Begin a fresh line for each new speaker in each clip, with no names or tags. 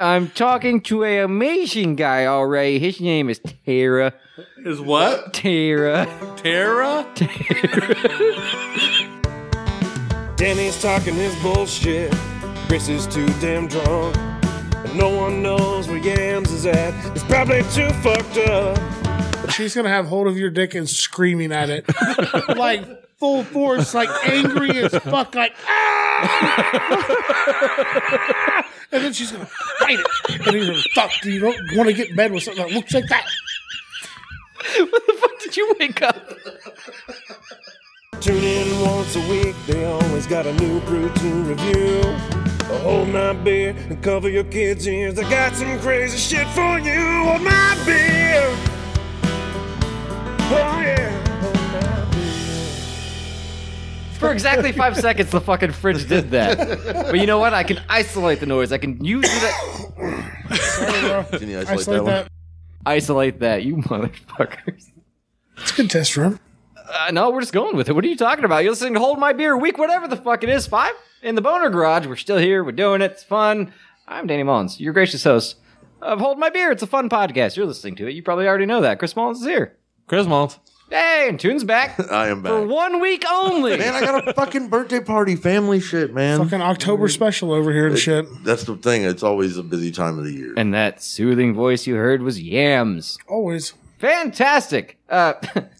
I'm talking to an amazing guy already. His name is Tara.
Is what?
Tara.
Tara?
Danny's talking his bullshit. Chris is too damn drunk. And no one knows where Yams is at. It's probably too fucked up.
She's gonna have hold of your dick and screaming at it like full force, like angry as fuck, like "Ah!" and then she's gonna fight it. And you're gonna fuck. You don't want to get in bed with something that looks like that.
what the fuck did you wake up?
Tune in once a week, they always got a new brew to review. Hold my beer and cover your kids' ears. I got some crazy shit for you. Hold my beer. Oh yeah.
For exactly five seconds, the fucking fridge did that. But you know what? I can isolate the noise. I can use that.
Can you isolate,
Isolate
that,
that.
Isolate that, you motherfuckers.
It's a good test run.
Uh, no, we're just going with it. What are you talking about? You're listening to Hold My Beer Week, whatever the fuck it is. Five in the Boner Garage. We're still here. We're doing it. It's fun. I'm Danny Mullins, your gracious host of Hold My Beer. It's a fun podcast. You're listening to it. You probably already know that. Chris Mullins is here.
Chris Malt.
Hey, and Tune's back
one? I am
for
back.
one week only.
Man, I got a fucking birthday party, family shit, man.
Fucking October special over here and shit.
That's the thing. It's always a busy time of the year.
and that soothing voice you heard was Yams.
Always.
Fantastic. Uh,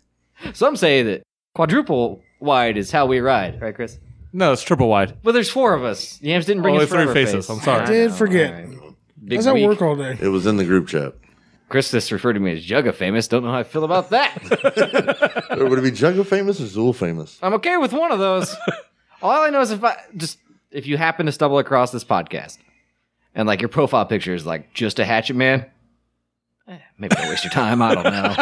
some say that quadruple wide is how we ride, right, Chris?
No, it's triple wide.
Well, there's four of us. Yams didn't bring
Only
his forever
three faces.
Face.
I'm sorry.
I
Did
know,
forget.
all right.
I
Big
was at
week.
work all day.
It was in the group chat.
Chris just referred to me as Jugga famous. Don't know how I feel about that.
Would it be Jugga famous or Zool famous?
I'm okay with one of those. All I know is if I just if you happen to stumble across this podcast and like your profile picture is like just a hatchet man. eh, Maybe don't waste your time. I don't know.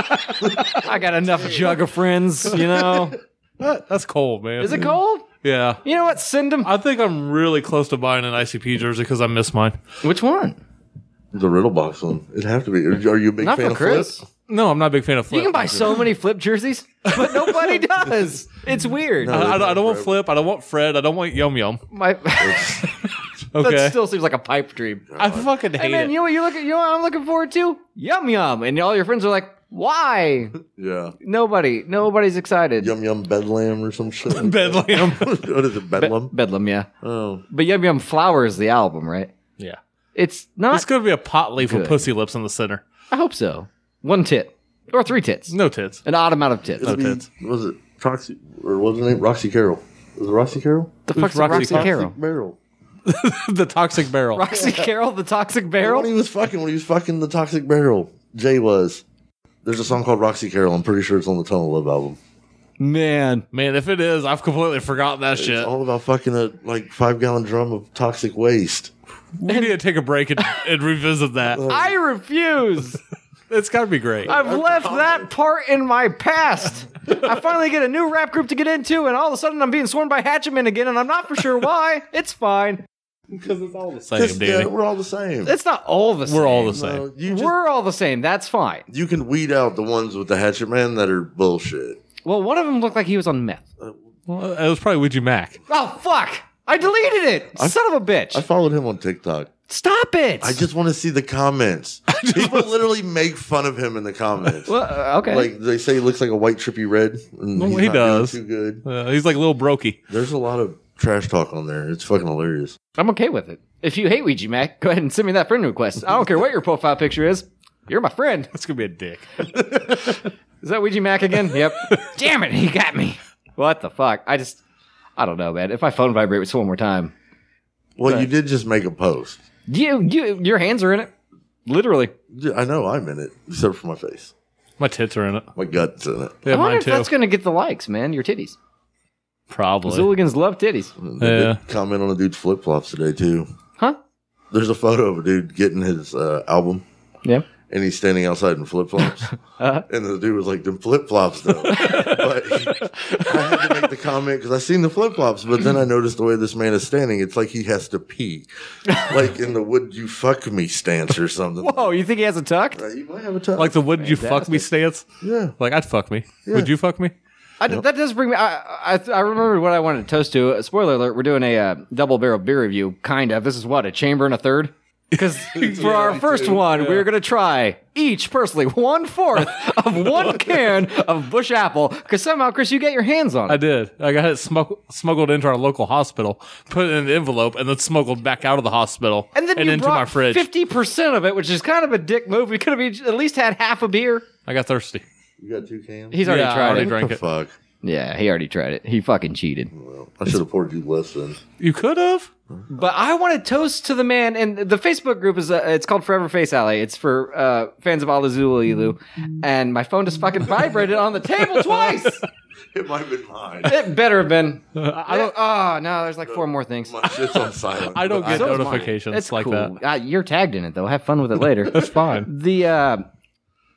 I got enough Jugga friends, you know.
That- that's cold, man.
Is it cold?
Yeah.
You know what? Send them.
I think I'm really close to buying an ICP jersey because I miss mine.
Which one?
The Riddle Box one. It'd have to be. Are are you a big
Not
fan
for
of Chris?
Chris.
No, I'm not a big fan of Flip.
You can buy so many flip jerseys, but nobody does. It's weird.
I, I don't- I don't want Flip. I don't want Fred. I don't want Yum Yum.
My,
Okay.
That still seems like a pipe dream.
I fucking hate
Hey man,
it.
you know what you look at? You know what I'm looking forward to? Yum yum, and all your friends are like, "Why?
Yeah.
Nobody, nobody's excited."
Yum Yum Bedlam or some shit. like that.
Bedlam.
what is it? Bedlam?
Bedlam, yeah.
oh.
But Yum Yum Flower is the album, right?
yeah.
It's not.
It's going to be a pot leaf
Good.
with pussy lips in the center.
I hope so. One tit or three tits,
No tits.
an odd amount of tits.
It'd
No
be-
tits.
Was it Roxy? Or was it name? Roxy Carroll. Was it Roxy Carroll?
the
who's
fuck's Roxy,
Roxy Toxic?
Carol?
Barrel.
the toxic barrel.
Roxy Carol, the Toxic Barrel.
When he was fucking, when he was fucking the Toxic Barrel, Jay was. There's a song called Roxy Carroll. I'm pretty sure it's on the Tunnel Love album.
Man,
Man, if it is, I've completely forgotten that
It's
shit.
all about fucking a like five gallon drum of toxic waste.
We need to take a break and, and revisit that.
I refuse.
It's got to be great.
I've left that part in my past. I finally get a new rap group to get into, and all of a sudden I'm being sworn by Hatchaman again, and I'm not for sure why. It's fine.
Same,
Just, yeah,
Danny.
we're all the same.
It's not all the same.
We're all the same.
No, you just-
We're all the same. That's fine.
you can weed out the ones with the hatchet man that are bullshit.
Well, one of them looked like he was on meth.
Well, it was probably Ouija Mac.
Oh fuck! I deleted it. Son of a bitch.
I followed him on TikTok.
Stop it.
I just want to see the comments. People literally make fun of him in the comments.
Well, uh, okay.
Like they say, he looks like a white trippy red. And
Well,
he's
he
not doing
does.
Too good.
Uh, he's like little brokey.
There's a lot of trash talk on there. It's fucking hilarious.
I'm okay with it. If you hate Ouija Mac, go ahead and send me that friend request. I don't care what your profile picture is. You're my friend.
That's gonna be a dick.
Is that Ouija Mac again? Yep. Damn it, he got me. What the fuck? I just, I don't know, man. If my phone vibrates one more time,
Well, you did just make a post.
you, you, your hands are in it, literally.
Yeah, I know I'm in it, except for my face.
My tits are in it.
My gut's in it.
Yeah,
I wonder
mine
if
too.
that's gonna get the likes, man. Your titties.
probably.
Zooligans love titties,
They
Yeah.
did comment on a dude's flip flops today too.
huh?
There's a photo of a dude getting his uh, album,
Yeah.
and he's standing outside in flip flops.
Uh-huh.
And the dude was like, "Them flip flops though." but I had to make the comment because I seen the flip flops, but then I noticed the way this man is standing. It's like he has to pee, like in the "Would you fuck me" stance or something.
Whoa, Oh, you think he has a tuck?
You might have a time.
Like the would you fuck me stance.
yeah,
Like I'd fuck me. Would you fuck me?
I, That does bring me. I, I I remembered what I wanted to toast to. Uh, spoiler alert: We're doing a uh, double barrel beer review, kind of. This is what a chamber and a third. Because for our first one, we were going to try each personally one fourth of one can of Bush Apple. Because somehow, Chris, you get your hands on
I
it.
did. I got it smugg- smuggled into our local hospital, put it in an envelope, and then smuggled back out of the hospital
And then you
into
brought
my fridge.
fifty percent of it, which is kind of a dick move. We could have each- at least had half a beer.
I got thirsty.
You got two cans?
He's already
Yeah, I
tried
already
it.
drank it.
Fuck.
Yeah, he already tried it. He fucking cheated.
Well, I should have poured you less then.
You could have.
But I want to toast to the man. And the Facebook group is uh, it's called Forever Face Alley. It's for uh, fans of Alazulilu. And my phone just fucking vibrated on the table twice.
It might have been mine.
It better have been.
I
I don't.
don't.
Oh no, there's like four more things.
My shit's on silent.
I don't
but
get
So is mine.
notifications
It's
like
cool.
that.
Uh, you're tagged in it though. Have fun with it later.
That's fine.
the uh,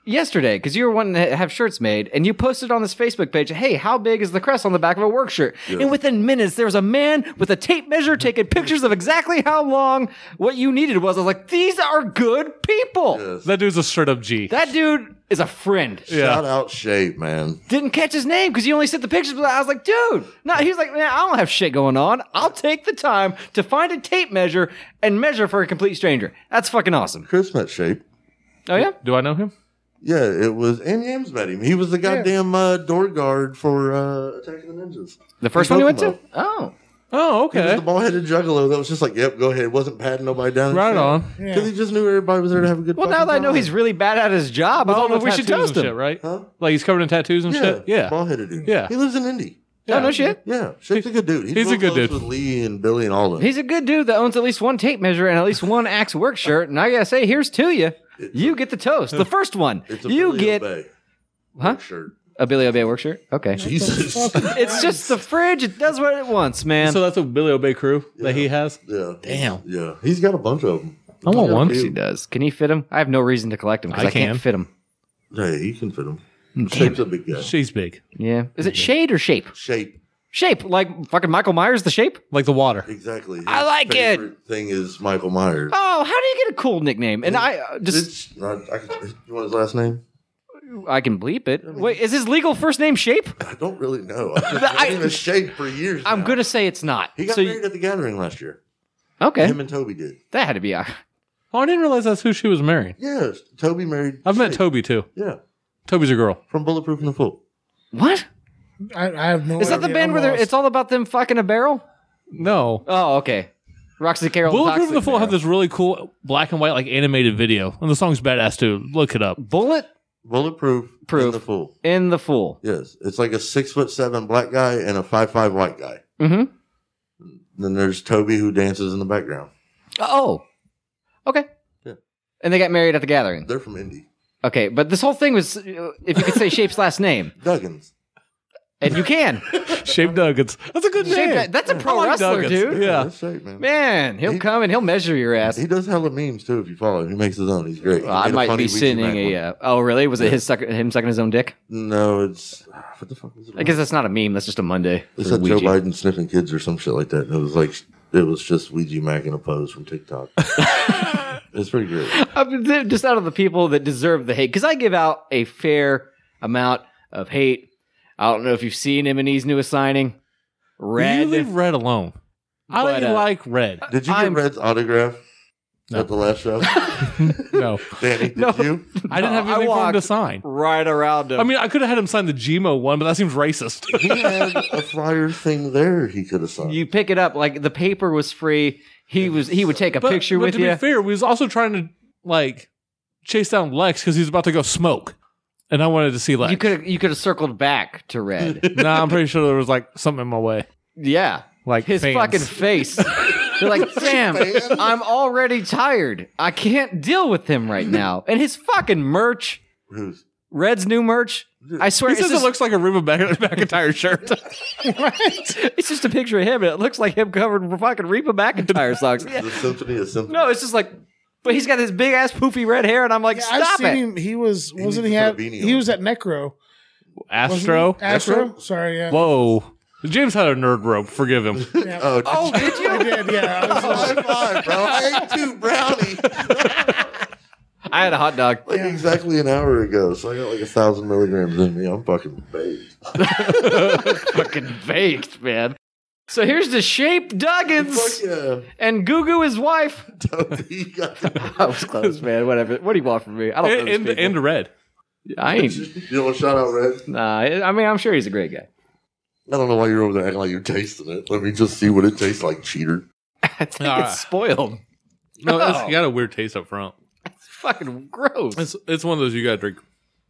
yesterday because you were wanting to have shirts made and you posted on this facebook page hey how big is the crest on the back of a work shirt and within minutes there was a man with a tape measure taking pictures of exactly how long what you needed was i was like these are good people
Yes.
That dude's a straight up G.
that dude is a friend
Shout
yeah.
out Shape, man.
didn't catch his name because you only sent the pictures but i was like dude no he's like man i don't have shit going on i'll take the time to find a tape measure and measure for a complete stranger that's fucking awesome
Chris met Shape.
oh yeah
Do I know him?
Yeah, it was. And Yams met him. He was the goddamn uh, door guard for uh, Attack of the Ninjas.
the first
In
one you went to
Kokomo.
oh
Oh,
He was
okay.
the ball headed juggalo that was just like, yep, go ahead. It wasn't patting nobody down. and
Right
shit.
on.
Because he just knew everybody was there to have a good
Well, now
fucking
that I know
time.
he's really bad at his job, I don't
All
know
the
if Oh, we should
tattoos
toast
and
him.
shit, right?
Huh?
Like he's covered in tattoos and
Yeah,
shit. Yeah.
ball headed dude.
Yeah.
He lives in Indy.
Oh, No, no shit.
Yeah, Shape's a good dude.
He's a
real
good
close
dude.
With Lee and Billy and all of them.
He's a good dude that owns at least one tape measure and at least one Axe Work shirt. And I gotta say, here's to you. You get the toast. The first one.
it's a
You
Billy
get
Obey
Huh?
shirt.
a Billy Obey work shirt. Okay.
Jesus.
It's just the fridge. It does what it wants, man.
So that's a Billy Obey crew that he has.
yeah.
Damn.
Yeah, he's got a bunch of them.
I want one.
he does. Can he fit him? I have no reason to collect him because I,
I
can't
can.
fit him.
Hey, he can fit them. Shape's a big guy.
She's big.
Yeah. Is it shade or shape?
Shape,
Shape, like fucking Michael Myers, the shape?
Like the water.
exactly. His
I like it.
favorite Thing is Michael Myers.
Oh, how do you get a cool nickname? And I uh, just,
It's not, I can, you want his last name?
I can bleep it. Wait, is his legal first name Shape?
I don't really know. I've just
I-
known him as Shape for years.
I'm
now.
gonna say it's not.
He got
So you-
married at the Gathering last year.
okay,
Him and Toby did.
that had to be.
Oh, I didn't realize that's who she was marrying.
Yes, Toby married.
I've met
Shape.
Toby too.
Yeah,
Toby's a girl.
from Bulletproof and the Fool.
What?
I, I have no
Is that
idea.
the band
I'm
where they're,
lost.
it's all about them fucking a barrel?
No.
Oh, okay. Roxy Carol.
Bulletproof
Toxic
and the Fool have
Barrel.
this really cool black and white like animated video, and the song's badass too. Look it up.
bullet
Bulletproof
Proof.
and the Fool.
in the fool.
Yes, it's like a six foot seven black guy and a five five white guy.
Mm-hmm.
Then there's Toby who dances in the background.
Oh, okay.
Yeah.
And they got married at the gathering.
They're from Indy.
Okay, but this whole thing was, uh, if you could say Shape's last name,
Duggins.
and you can.
Shape Duggins. That's a good
Shape,
name.
that- that's a pro
I like
wrestler,
Duggins.
dude.
Yeah.
That's shape, man.
Man, he'll
He-
come and he'll measure your ass.
He does hella memes too. If you follow him, he makes his own. He's great.
Well, I
He made a
might
funny
be
Weezy
sending
Mac
a.
one.
Uh, oh, really? Was it his suck, him sucking his own dick?
No, it's ah, what the fuck was it?
I guess that's not a meme. That's just a Monday. for
It said Joe
Ouija.
Biden sniffing kids or some shit like that. And it was like it was just Ouija Mac in a pose from TikTok. it's pretty great.
I'm th- just out of the people that deserve the hate because I give out a fair amount of hate. I don't know if you've seen Eminem's newest signing,
You
Red.
leave Red alone. I
But,
don't
uh,
like Red.
Did you
I'm-
get Red's autograph
No.
at the last show?
No,
Danny, did
No.
you?
I didn't have
I
anything for him
walked-
to sign.
right around him.
I mean, I could have had him sign the GMO one, but that seems racist.
He had a flyer thing there. He could have signed.
you pick it up like the paper was free. He was he would take a
but,
picture
but
with
to be
you.
fair, we was also trying to like chase down Lex because he was about to go smoke, and I wanted to see Lex.
You could you could have circled back to Red.
nah, I'm pretty sure there was like something in my way,
yeah,
like
his
fans.
fucking face. You're like, damn, I'm already tired. I can't deal with him right now. And his fucking merch,
Who's
Red's new merch. I swear,
He
it's
says
just-
it looks like a Reba Mc- McIntyre shirt.
Right? It's just a picture of him, and it looks like him covered in fucking Reba McIntyre socks.
the symphony of symphony?
No, it's just like, but he's got this big ass poofy red hair, and I'm like,
Yeah, I've
stop
seen
it.
him. He was
He
wasn't
needs
he?
to put a
At,
beanie
he
on.
was at Necro. wasn't he?
Astro.
Astro.
Astro?
Sorry. Yeah.
Whoa. James had a nerd robe. Forgive him.
yeah.
Oh,
Oh, did
I
you?
did. Yeah. I was like,
high five, bro! I ate two brownies
I had a hot dog.
like exactly an hour ago, so I got like a thousand milligrams in me. I'm fucking baked.
fucking baked, man. So here's the shape Duggins
Fuck yeah.
and Goo Goo his wife.
You got the-
I was close, man. Whatever. What do you want from me? I don't know.
And,
these
and,
people.
and red.
I ain't.
you don't want to shout out Red?
Nah, I mean, I'm sure he's a great guy.
I don't know why you're over there acting like you're tasting it. Let me just see what it tastes like, cheater.
I think
All right.
it's spoiled.
Ah. No, it's, you got a weird taste up front.
It's fucking gross.
It's it's one of those you got to drink.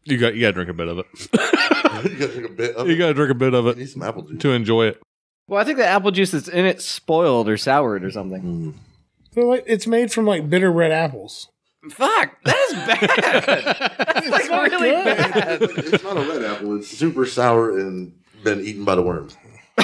You got you got to drink a bit of it.
you got to take a bit of
You
it.
got to drink a bit of
I
it
need some apple juice.
to enjoy it.
Well, I think the apple juice that's in it spoiled or soured or something.
Mm.
They're like, it's made from like bitter red apples.
Fuck, that is bad. that's like
not
really
good.
bad.
it's not a red apple. It's super sour and been eaten by the worms.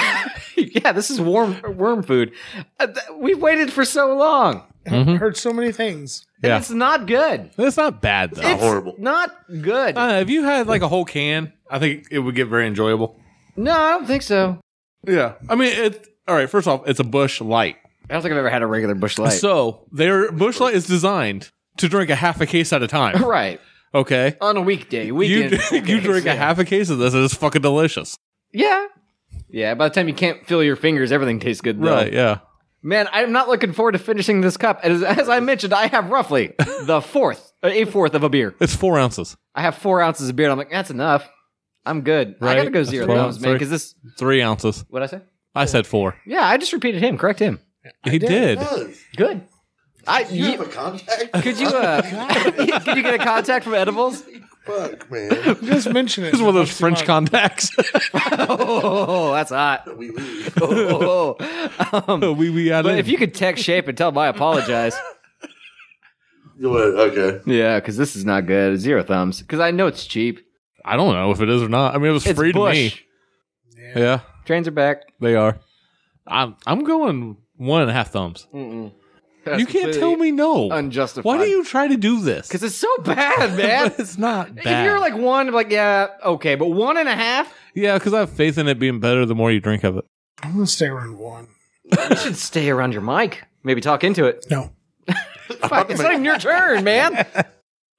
yeah, this is warm worm food. Uh, th- we've waited for so long.
Mm-hmm.
I heard so many things.
And
Yeah.
it's not good.
It's not bad though.
It's
horrible.
Not good.
Uh, if you had like a whole can, I think it would get very enjoyable.
no, I don't think so.
Yeah, I mean, it. All right, first off, it's a Bush Light,
I don't think I've ever had a regular bush light.
so their Bush Light is designed to drink a half a case at a time.
right.
Okay,
On a weekday,
you
weekend.
you drink a half a case of this, and it's fucking delicious.
Yeah. Yeah, by the time you can't feel your fingers, everything tastes good. Though.
Right? Yeah.
Man, I'm not looking forward to finishing this cup. As, as I mentioned, I have roughly the fourth, uh, a fourth of a beer.
It's four ounces,
I have four ounces of beer. And I'm like, that's enough. I'm good. I
Right.
gotta go zero
Well,
thumbs, man.
sorry.
Because this,
three ounces.
what I say?
I said four.
Yeah, I just repeated him. Correct him.
he did.
Does.
Good. I
You
ye-
have a contact?
could you uh, could you get a contact from edibles?
Fuck, man.
Just mention it.
It's one of those French contacts.
Oh, that's hot.
we leave.
Oh, Um,
we we added.
but if you could text shape and tell him I apologize.
You would, okay.
Yeah, because this is not good. Zero thumbs. Because I know it's cheap.
I don't know if it is or not. I mean, it was
It's
free
Bush.
to me. Yeah,
Trains are back.
they are. I'm I'm going one and a half thumbs.
That's
you can't
completely
tell me no.
unjustified.
Why do you try to do this?
Because it's so bad, man.
But it's not bad.
If you're like one, I'm like yeah, okay, but one and a half,
yeah, because I have faith in it being better the more you drink of it.
I'm gonna stay around one.
you should stay around your mic. Maybe talk into it.
No.
Fuck, it's not even your turn, man.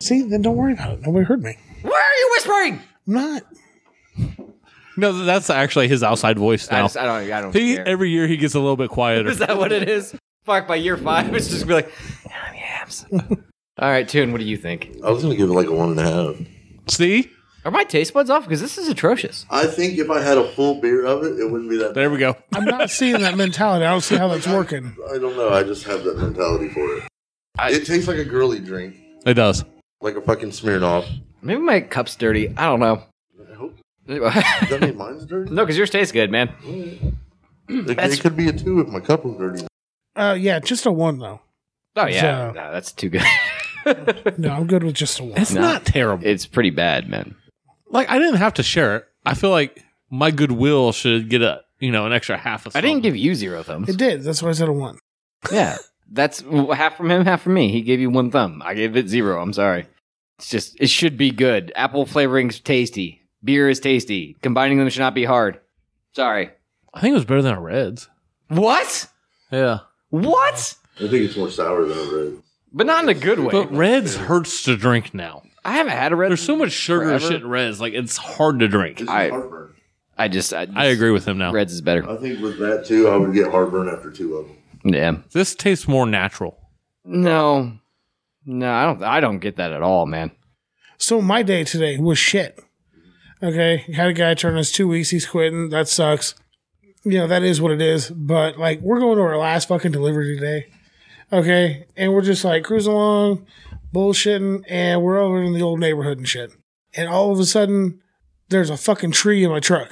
See, then don't worry about it. Nobody heard me.
Where are you whispering?
I'm not.
No, th- that's actually his outside voice
I,
now.
just, I don't. I don't
he,
care.
every year he gets a little bit quieter.
Is that what it is? Fuck. By year five, it's just be like, "I'm yams. All right, tune. What do you think?
I was going to give it like a one and a half.
See,
Are my taste buds off? Because this is atrocious.
I think if I had a full beer of it, it wouldn't be that
there we go.
I'm not seeing that mentality. I don't see how that's working.
I don't know. I just have that mentality for it. it tastes like a girly drink,
It does.
like a fucking Smirnoff.
Maybe my cup's dirty. I don't know.
I hope.
no,
Does that mean mine's dirty?
because yours tastes good, man.
It,
That's-
it could be a two if my cup was dirty.
Uh, yeah, just a one though.
Oh yeah,
So-
no, that's too good.
No, I'm good with just a one.
It's not terrible.
it's pretty bad, man.
like I didn't have to share it. I feel like my goodwill should get a you know an extra half. Of
I didn't
something.
give you zero thumbs.
It did. That's why I said a one.
Yeah, that's w- half from him, half from me. He gave you one thumb. I gave it zero. I'm sorry. It's just it should be good. Apple flavoring's tasty. Beer is tasty. Combining them should not be hard. Sorry.
I think it was better than a Reds.
What?
Yeah,
What?
I think it's more sour than a red.
But not in a good way.
but Reds hurts to drink now.
I haven't had a red.
There's so much sugar and
Forever?
shit in Reds. Like it's hard to drink.
This
I-
is heartburn.
I just I, just-
I agree with him now.
Reds is better.
I think with that too, I would get heartburn after two of them.
Yeah.
This tastes more natural.
No. No, I don't. I don't get that at all, man.
So my day today was shit. Okay, had a guy turn us two weeks. He's quitting. That sucks. You know that is what it is. But like, we're going to our last fucking delivery today. Okay, and we're just like cruising along, bullshitting, and we're over in the old neighborhood and shit. And all of a sudden, there's a fucking tree in my truck.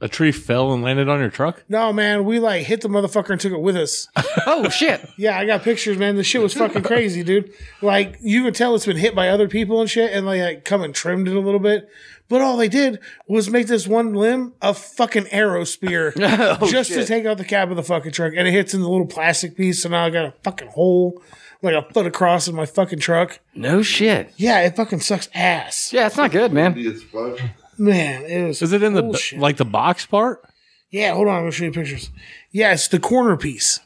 A tree fell and landed on your truck.
No man, we like hit the motherfucker and took it with us.
Oh shit!
Yeah, I got pictures, man. The shit was fucking crazy, dude. Like you could tell it's been hit by other people and shit, and they like come and trimmed it a little bit. But all they did was make this one limb a fucking arrow spear
Oh,
just to take out the cab of the fucking truck, and it hits in the little plastic piece. So now I got a fucking hole like a foot across in my fucking truck.
No shit.
Yeah, it fucking sucks ass,
Yeah, it's not good, man.
Be as fuck.
man. It was.
Is it in
Oh,
the
bullshit.
like the box part?
Yeah, hold on, I'm gonna show you pictures. Yeah, it's the corner piece.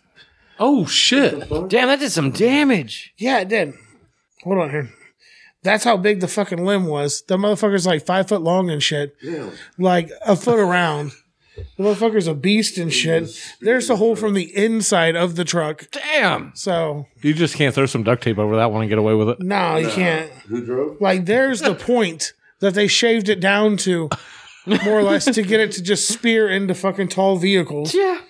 Oh shit!
Damn, that did some damage.
Yeah, it did. Hold on here. That's how big the fucking limb was. The motherfucker's like five foot long and shit,
Damn.
like a foot around. The motherfucker's a beast and shit. There's a hole from the inside of the truck.
Damn.
So,
You just can't throw some duct tape over that one and get away with it.
no, you can't.
Who drove?
Like, there's the point that they shaved it down to, more or less, to get it to just spear into fucking tall vehicles.
Yeah.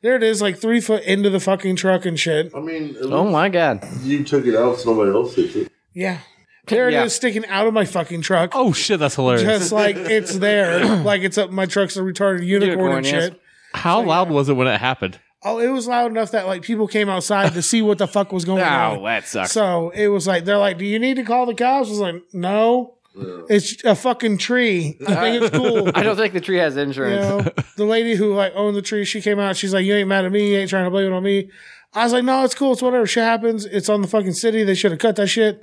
There it is, like three foot into the fucking truck and shit.
I mean, at
Oh my god.
least you took it out. Somebody else hit it.
Yeah. There
Yeah.
it is, sticking out of my fucking truck.
Oh shit, that's hilarious.
Just like it's there. like it's up my truck's a retarded unicorn,
Unicorn,
and
yes.
shit.
How loud was it when it happened?
Oh, it was loud enough that like people came outside to see what the fuck was going on.
Oh, that sucks.
So it was like they're like, "Do you need to call the cops?" I was like, "No, it's a fucking tree. I think it's cool."
I don't think the tree has
You
insurance.
know, the lady who like owned the tree, she came out. She's like, "You ain't mad at me. You ain't trying to blame it on me." I was like, "No, it's cool. It's whatever. Shit happens. It's on the fucking city. They should have cut that shit.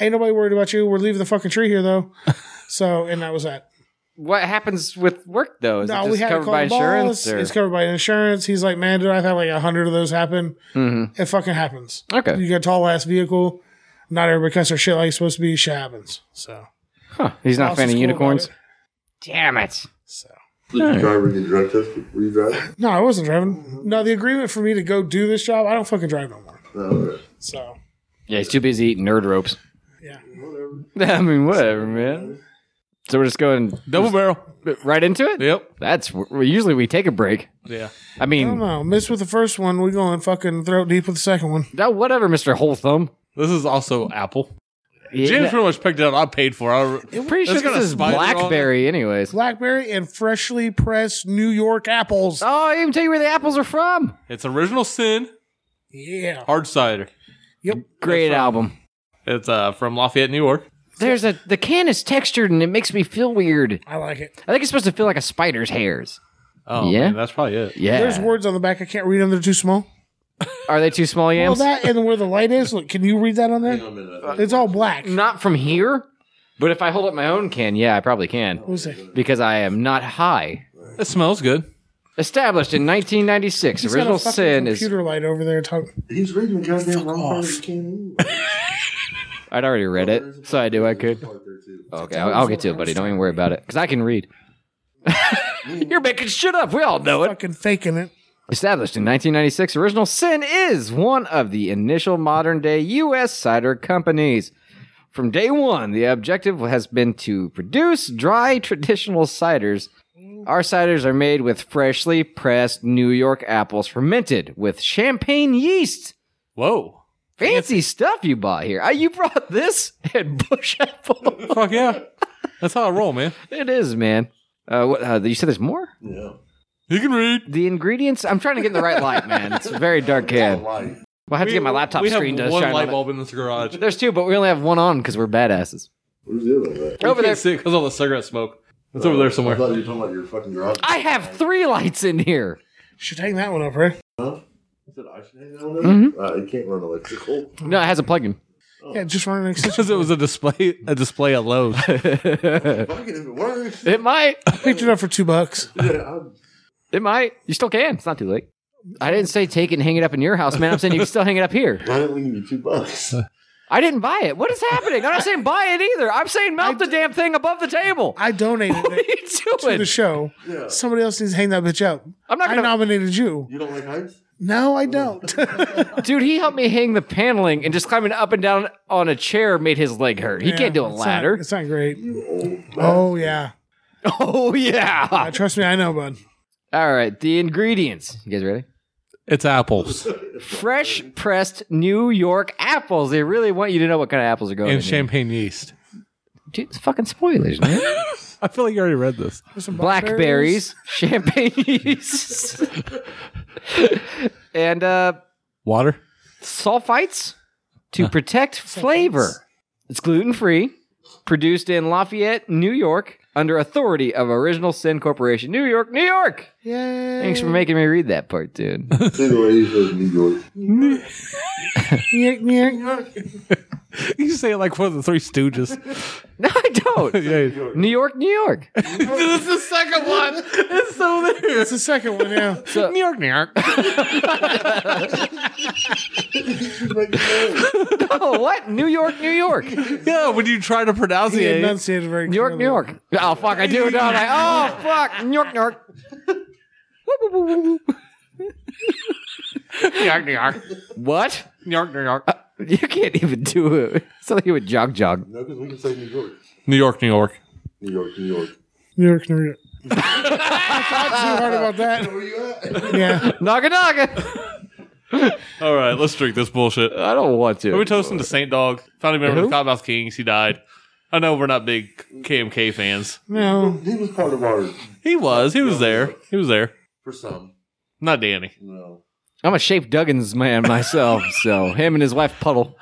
Ain't nobody worried about you. We're leaving the fucking tree here though." so and that was that.
What happens with work though? Is
No,
it
we
just
had to
covered
call
by
the
insurance?
boss.
Or?
It's covered by insurance. He's like, "Man, dude, I've had like a hundred of those happen. It fucking happens."
Mm-hmm. okay.
you get a tall ass vehicle. Not everybody cuts their shit like it's supposed to be. Shit happens. So,
Huh. He's not a
Boss
fan
is
of
cool
unicorns.
about
Damn it.
so
Did you drive when you drug tested? Were you driving?
no, I wasn't driving. No, the agreement for me to go do this job, I don't fucking drive no more.
No. Okay.
So,
Yeah, he's too busy eating nerd ropes.
yeah,
I mean, whatever, man. So we're just going
Double barrel.
right into it.
Yep.
That's well, usually we take a break.
Yeah.
I
I
mean,
don't know. Miss with the first one, we going fucking throat deep with the second one.
that- whatever, Mister Whole Thumb.
This is also Apple. Jim's
Yeah,
pretty much picked it up. I paid for it. I-
pretty sure
That's got a
this is
spider on it.
BlackBerry, anyways.
Blackberry and freshly pressed New York apples.
Oh, I even tell you where the apples are from.
It's original sin,
Yeah,
hard cider.
Great album.
It's uh, from Lafayette, New York.
There's a the can is textured and it makes me feel weird.
I like it.
I think it's supposed to feel like a spider's hairs.
Oh
Yeah?
man, that's probably it.
Yeah.
There's words on the back. I can't read them. They're too small.
Are they too small
Well,
yams?
that and where the light is. Look, can you read that on there? It's all black.
not from here, but if I hold up my own can, yeah, I probably can
What's that?
because I am not high.
It smells good.
Established in 1996,
He's got a
original
fucking
sin is.
computer light over there. Talk-
He's reading the goddamn wrong part of
off.
the can.
I'd already read it, so I knew I could. Okay, I'll, I'll get to it, buddy. Don't even worry about it because I can read. You're making shit up. We all know it.
fucking faking it.
Established in 1996, Original Sin is one of the initial modern day U.S. cider companies. From day one, the objective has been to produce dry traditional ciders. Our ciders are made with freshly pressed New York apples fermented with champagne yeast.
Whoa.
Fancy stuff you bought here. Ah, You brought this and bush apple.
Fuck yeah. That's how I roll, man.
it is, man. Uh, what, uh, you said there's more?
Yeah.
You can read.
The ingredients? I'm trying to get in the right light, man. It's a very dark can.
Light.
Well, I have to get my laptop
we
screen
have
to
one
shine on
light
it.
bulb in this garage.
There's two, but we only have one on because we're badasses.
Where's the other light?
Over there,
because all the cigarette smoke. It's over there
I
somewhere.
thought you were talking about your fucking garage.
I have three lights in here.
Should hang that one up, right?
Is it I should hang out with
Mhm.
it? Uh, it can't run electrical.
No, it has a plug-in.
Yeah, just run an extension.
Because it was a display, a display of Lowe's.
it
Fuck it, if it works.
might.
Picked it up for two bucks.
Yeah, I'm,
It might. You still can. It's not too late. I didn't say take it and hang it up in your house, man. I'm saying you can still hang it up here.
I didn't leave you two bucks.
I didn't buy it. What is happening? I'm not saying buy it either. I'm saying melt the damn thing above the table.
I donated
What are
it
you
to
doing?
the show.
Yeah.
Somebody else needs to hang that bitch up.
I'm not
I
gonna.
nominated you.
You don't like heights?
No, I don't.
Dude, he helped me hang the paneling, and just climbing up and down on a chair made his leg hurt. He
Yeah,
can't do a
it's not-
ladder.
It's not great.
Oh,
Oh yeah,
Oh yeah.
Uh, trust me, I know, bud.
All right. The ingredients. You guys ready?
It's apples
fresh pressed New York apples. They really want you to know what kind of apples are going in
and
here.
champagne yeast.
Dude, it's fucking spoilers, man.
I feel like you already read this.
There's some
Blackberries, champagne yeast, and uh,
Water.
sulfites to protect flavor. It's gluten free, produced in Lafayette, New York, under authority of Original Sin Corporation, New York, New York.
Yay!
Thanks for making me read that part, dude.
See the way he says New York.
Nyeh, nyeh.
You say it like one of the Three Stooges.
No, I don't.
Yeah.
New York, New York.
this is the second one. It's so there.
It's the second one now.
So-
New York, New York.
Oh, what? New York, New York.
yeah, when you try to pronounce
He
it.
enunciated very
New York, New
clearly.
York. Oh fuck, I do, don't I? Oh fuck, New York, New York. Whoop, whoop, whoop, whoop.
Nyark, nyark.
What?
Nyark, nyark.
You can't even do it. It's not like you would jog jog.
No, because we can say New York.
New York, New York.
New York, New York.
New York, New York. I thought too hard about that.
Where you at?
Yeah.
Naga naga.
All right, let's drink this bullshit.
I don't want to.
Are we toasting to Saint Dog? Founding member of
Who?
the Cottonmouth Kings. He died. I know we're not big KMK fans.
No.
Um, he was part of our,
He was. He was there. He was there.
for some.
Not Danny.
No.
I'm a Shape Duggins man myself, so him and his wife Puddle.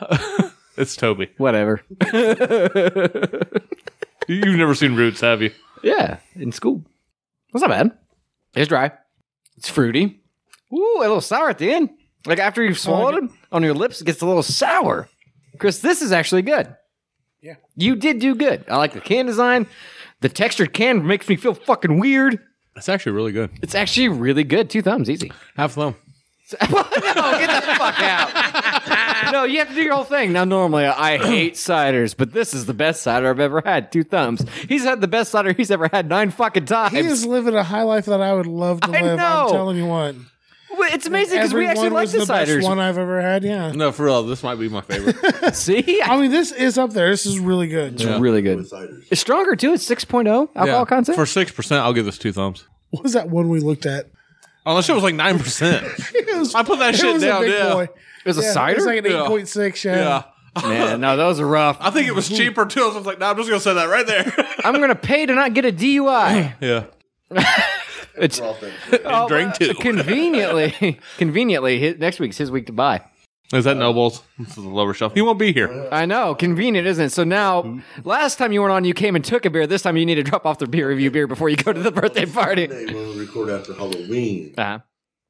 It's Toby.
Whatever.
You- You've never seen Roots, have you?
Yeah, in school. That's not bad. It's dry. It's fruity. Ooh, a little sour at the end. Like after you've swallowed it on your lips, it gets a little sour. Chris, this is actually good.
Yeah.
You did do good. I like the can design. The textured can makes me feel fucking weird.
It's actually really good.
It's actually really good. Two thumbs, easy.
Half thumb.
no, get the fuck out. No, you have to do your whole thing. Now, normally I hate ciders, but this is the best cider I've ever had. Two thumbs. He's had the best cider he's ever had nine fucking times.
He is living a high life that I would love to
I
live.
know.
I'm telling you what.
Well, It's amazing because we actually
Everyone
like
was
the,
best
ciders.
one I've ever had. Yeah.
No, for real, this might be my favorite.
See,
I mean, this is up there. This is really good.
it's really good.
With ciders.
It's stronger too. It's 6.0 alcohol
Yeah.
content.
For 6%, I'll give this two thumbs.
What was that one we looked at?
Unless it was like 9%.
It was,
I put that
it
shit
was a
down,
big
yeah.
boy.
There's
Yeah,
a cider.
It was like an
Yeah.
eight point six. Yeah.
yeah.
Man, no, those are rough.
I think it was cheaper too. I was like, nah, I'm just going to say that right there.
I'm gonna pay to not get a DUI.
yeah.
It's
We're all thinking.
oh,
Drink two.
conveniently, conveniently, his, next week's his week to buy.
Is that Nobles? This is the lower shelf. He won't be here.
I know, convenient, isn't it? So now, last time you weren't on, you came and took a beer. This time you need to drop off the beer review beer before you go to the birthday party.
Hey, when we record after Halloween,
Uh-huh.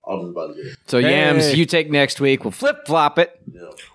I'll just buy the beer.
So yams,
Hey.
you take next week. We'll flip flop it.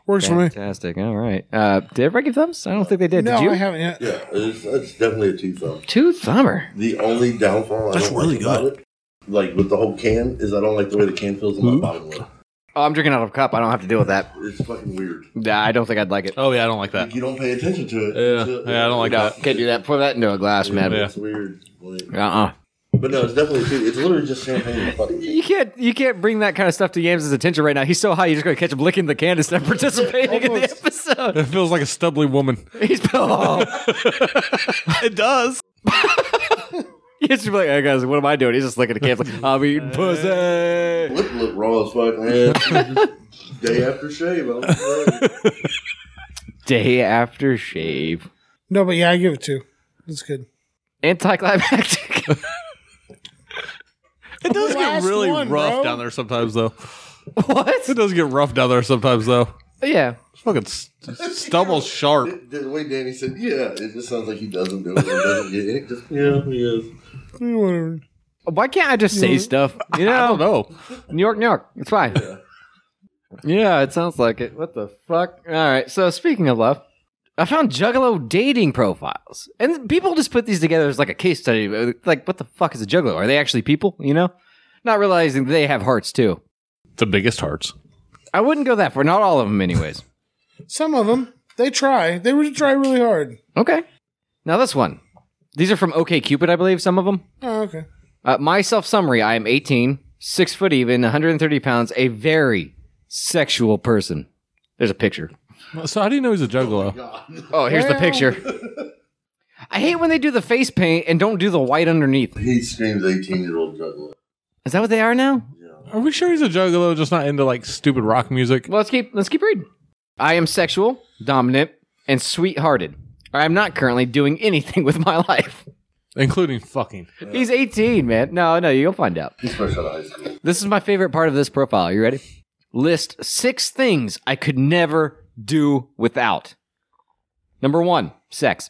Works for me.
Fantastic. All right. Uh, did everybody give thumbs? I don't think they did.
No,
did you?
I haven't yet.
Yeah, it's, it's definitely a two thumb.
Two thumber.
The only downfall I
That's
don't
really
like about
good.
it, like with the whole can, is I don't like the way the can feels in my
Mm-hmm.
bottom lip.
Oh, I'm drinking out of a cup. I don't have to deal with that.
It's fucking weird.
Nah, I don't think I'd like it.
Oh, yeah, I don't like that.
Like you don't pay attention to it.
Yeah,
Until-
yeah, I don't like
No,
that.
can't do that. Pour that into a glass, man.
Yeah.
It's weird. Like,
Uh-uh.
But no, it's definitely a two. It's literally just champagne. in a fucking can.
You can't you can't bring that kind of stuff to Yams' attention right now. He's so high, you're just gonna catch him licking the can instead of participating in the episode.
It feels like a stubbly woman.
He's oh.
It does.
He's just like, hey guys, what am I doing? He's just looking at the can like, I'm eating pussy.
Lip look raw as fuck, man. Day after shave. I'm like,
Day after shave.
No, but yeah, I give it two. It's good.
Anticlimactic.
It does get
Last
really
one,
rough
bro.
down there sometimes, though.
what?
It does get rough down there sometimes, though.
Yeah.
It's fucking st- stubble sharp.
the way Danny said, yeah, it just sounds like he doesn't do it. He doesn't get it. Just, yeah, he is.
Eh, Whatever.
Why can't I just say stuff? Mm-hmm. You know,
I don't know.
New York, New York. It's fine. Yeah. it sounds like it. What the fuck? All right. So speaking of love, I found Juggalo dating profiles, and people just put these together as like a case study. but, Like, what the fuck is a Juggalo? Are they actually people? You know, not realizing they have hearts too.
The biggest hearts.
I wouldn't go that far. Not all of them, anyways.
Some of them they try. They would try really hard.
okay. Now this one. These are from OK Cupid, I believe. Some of them.
Oh, okay.
Uh, my self summary: I am 18, six foot even, 130 pounds, a very sexual person. There's a picture.
So how do you know he's a juggalo?
Oh, here's the
Well-
picture. I hate when they do the face paint and don't do the white underneath.
He screams 18 year old juggler.
Is that what they are now?
Are we sure he's a juggalo? Just not into like stupid rock music.
Well, let's keep let's keep reading. I am sexual, dominant, and sweethearted. I am not currently doing anything with my life.
including fucking.
He's 18, man. No, no, you'll find out.
He's fresh out of high school.
This is my favorite part of this profile. you ready? List six things I could never do without. Number one, sex.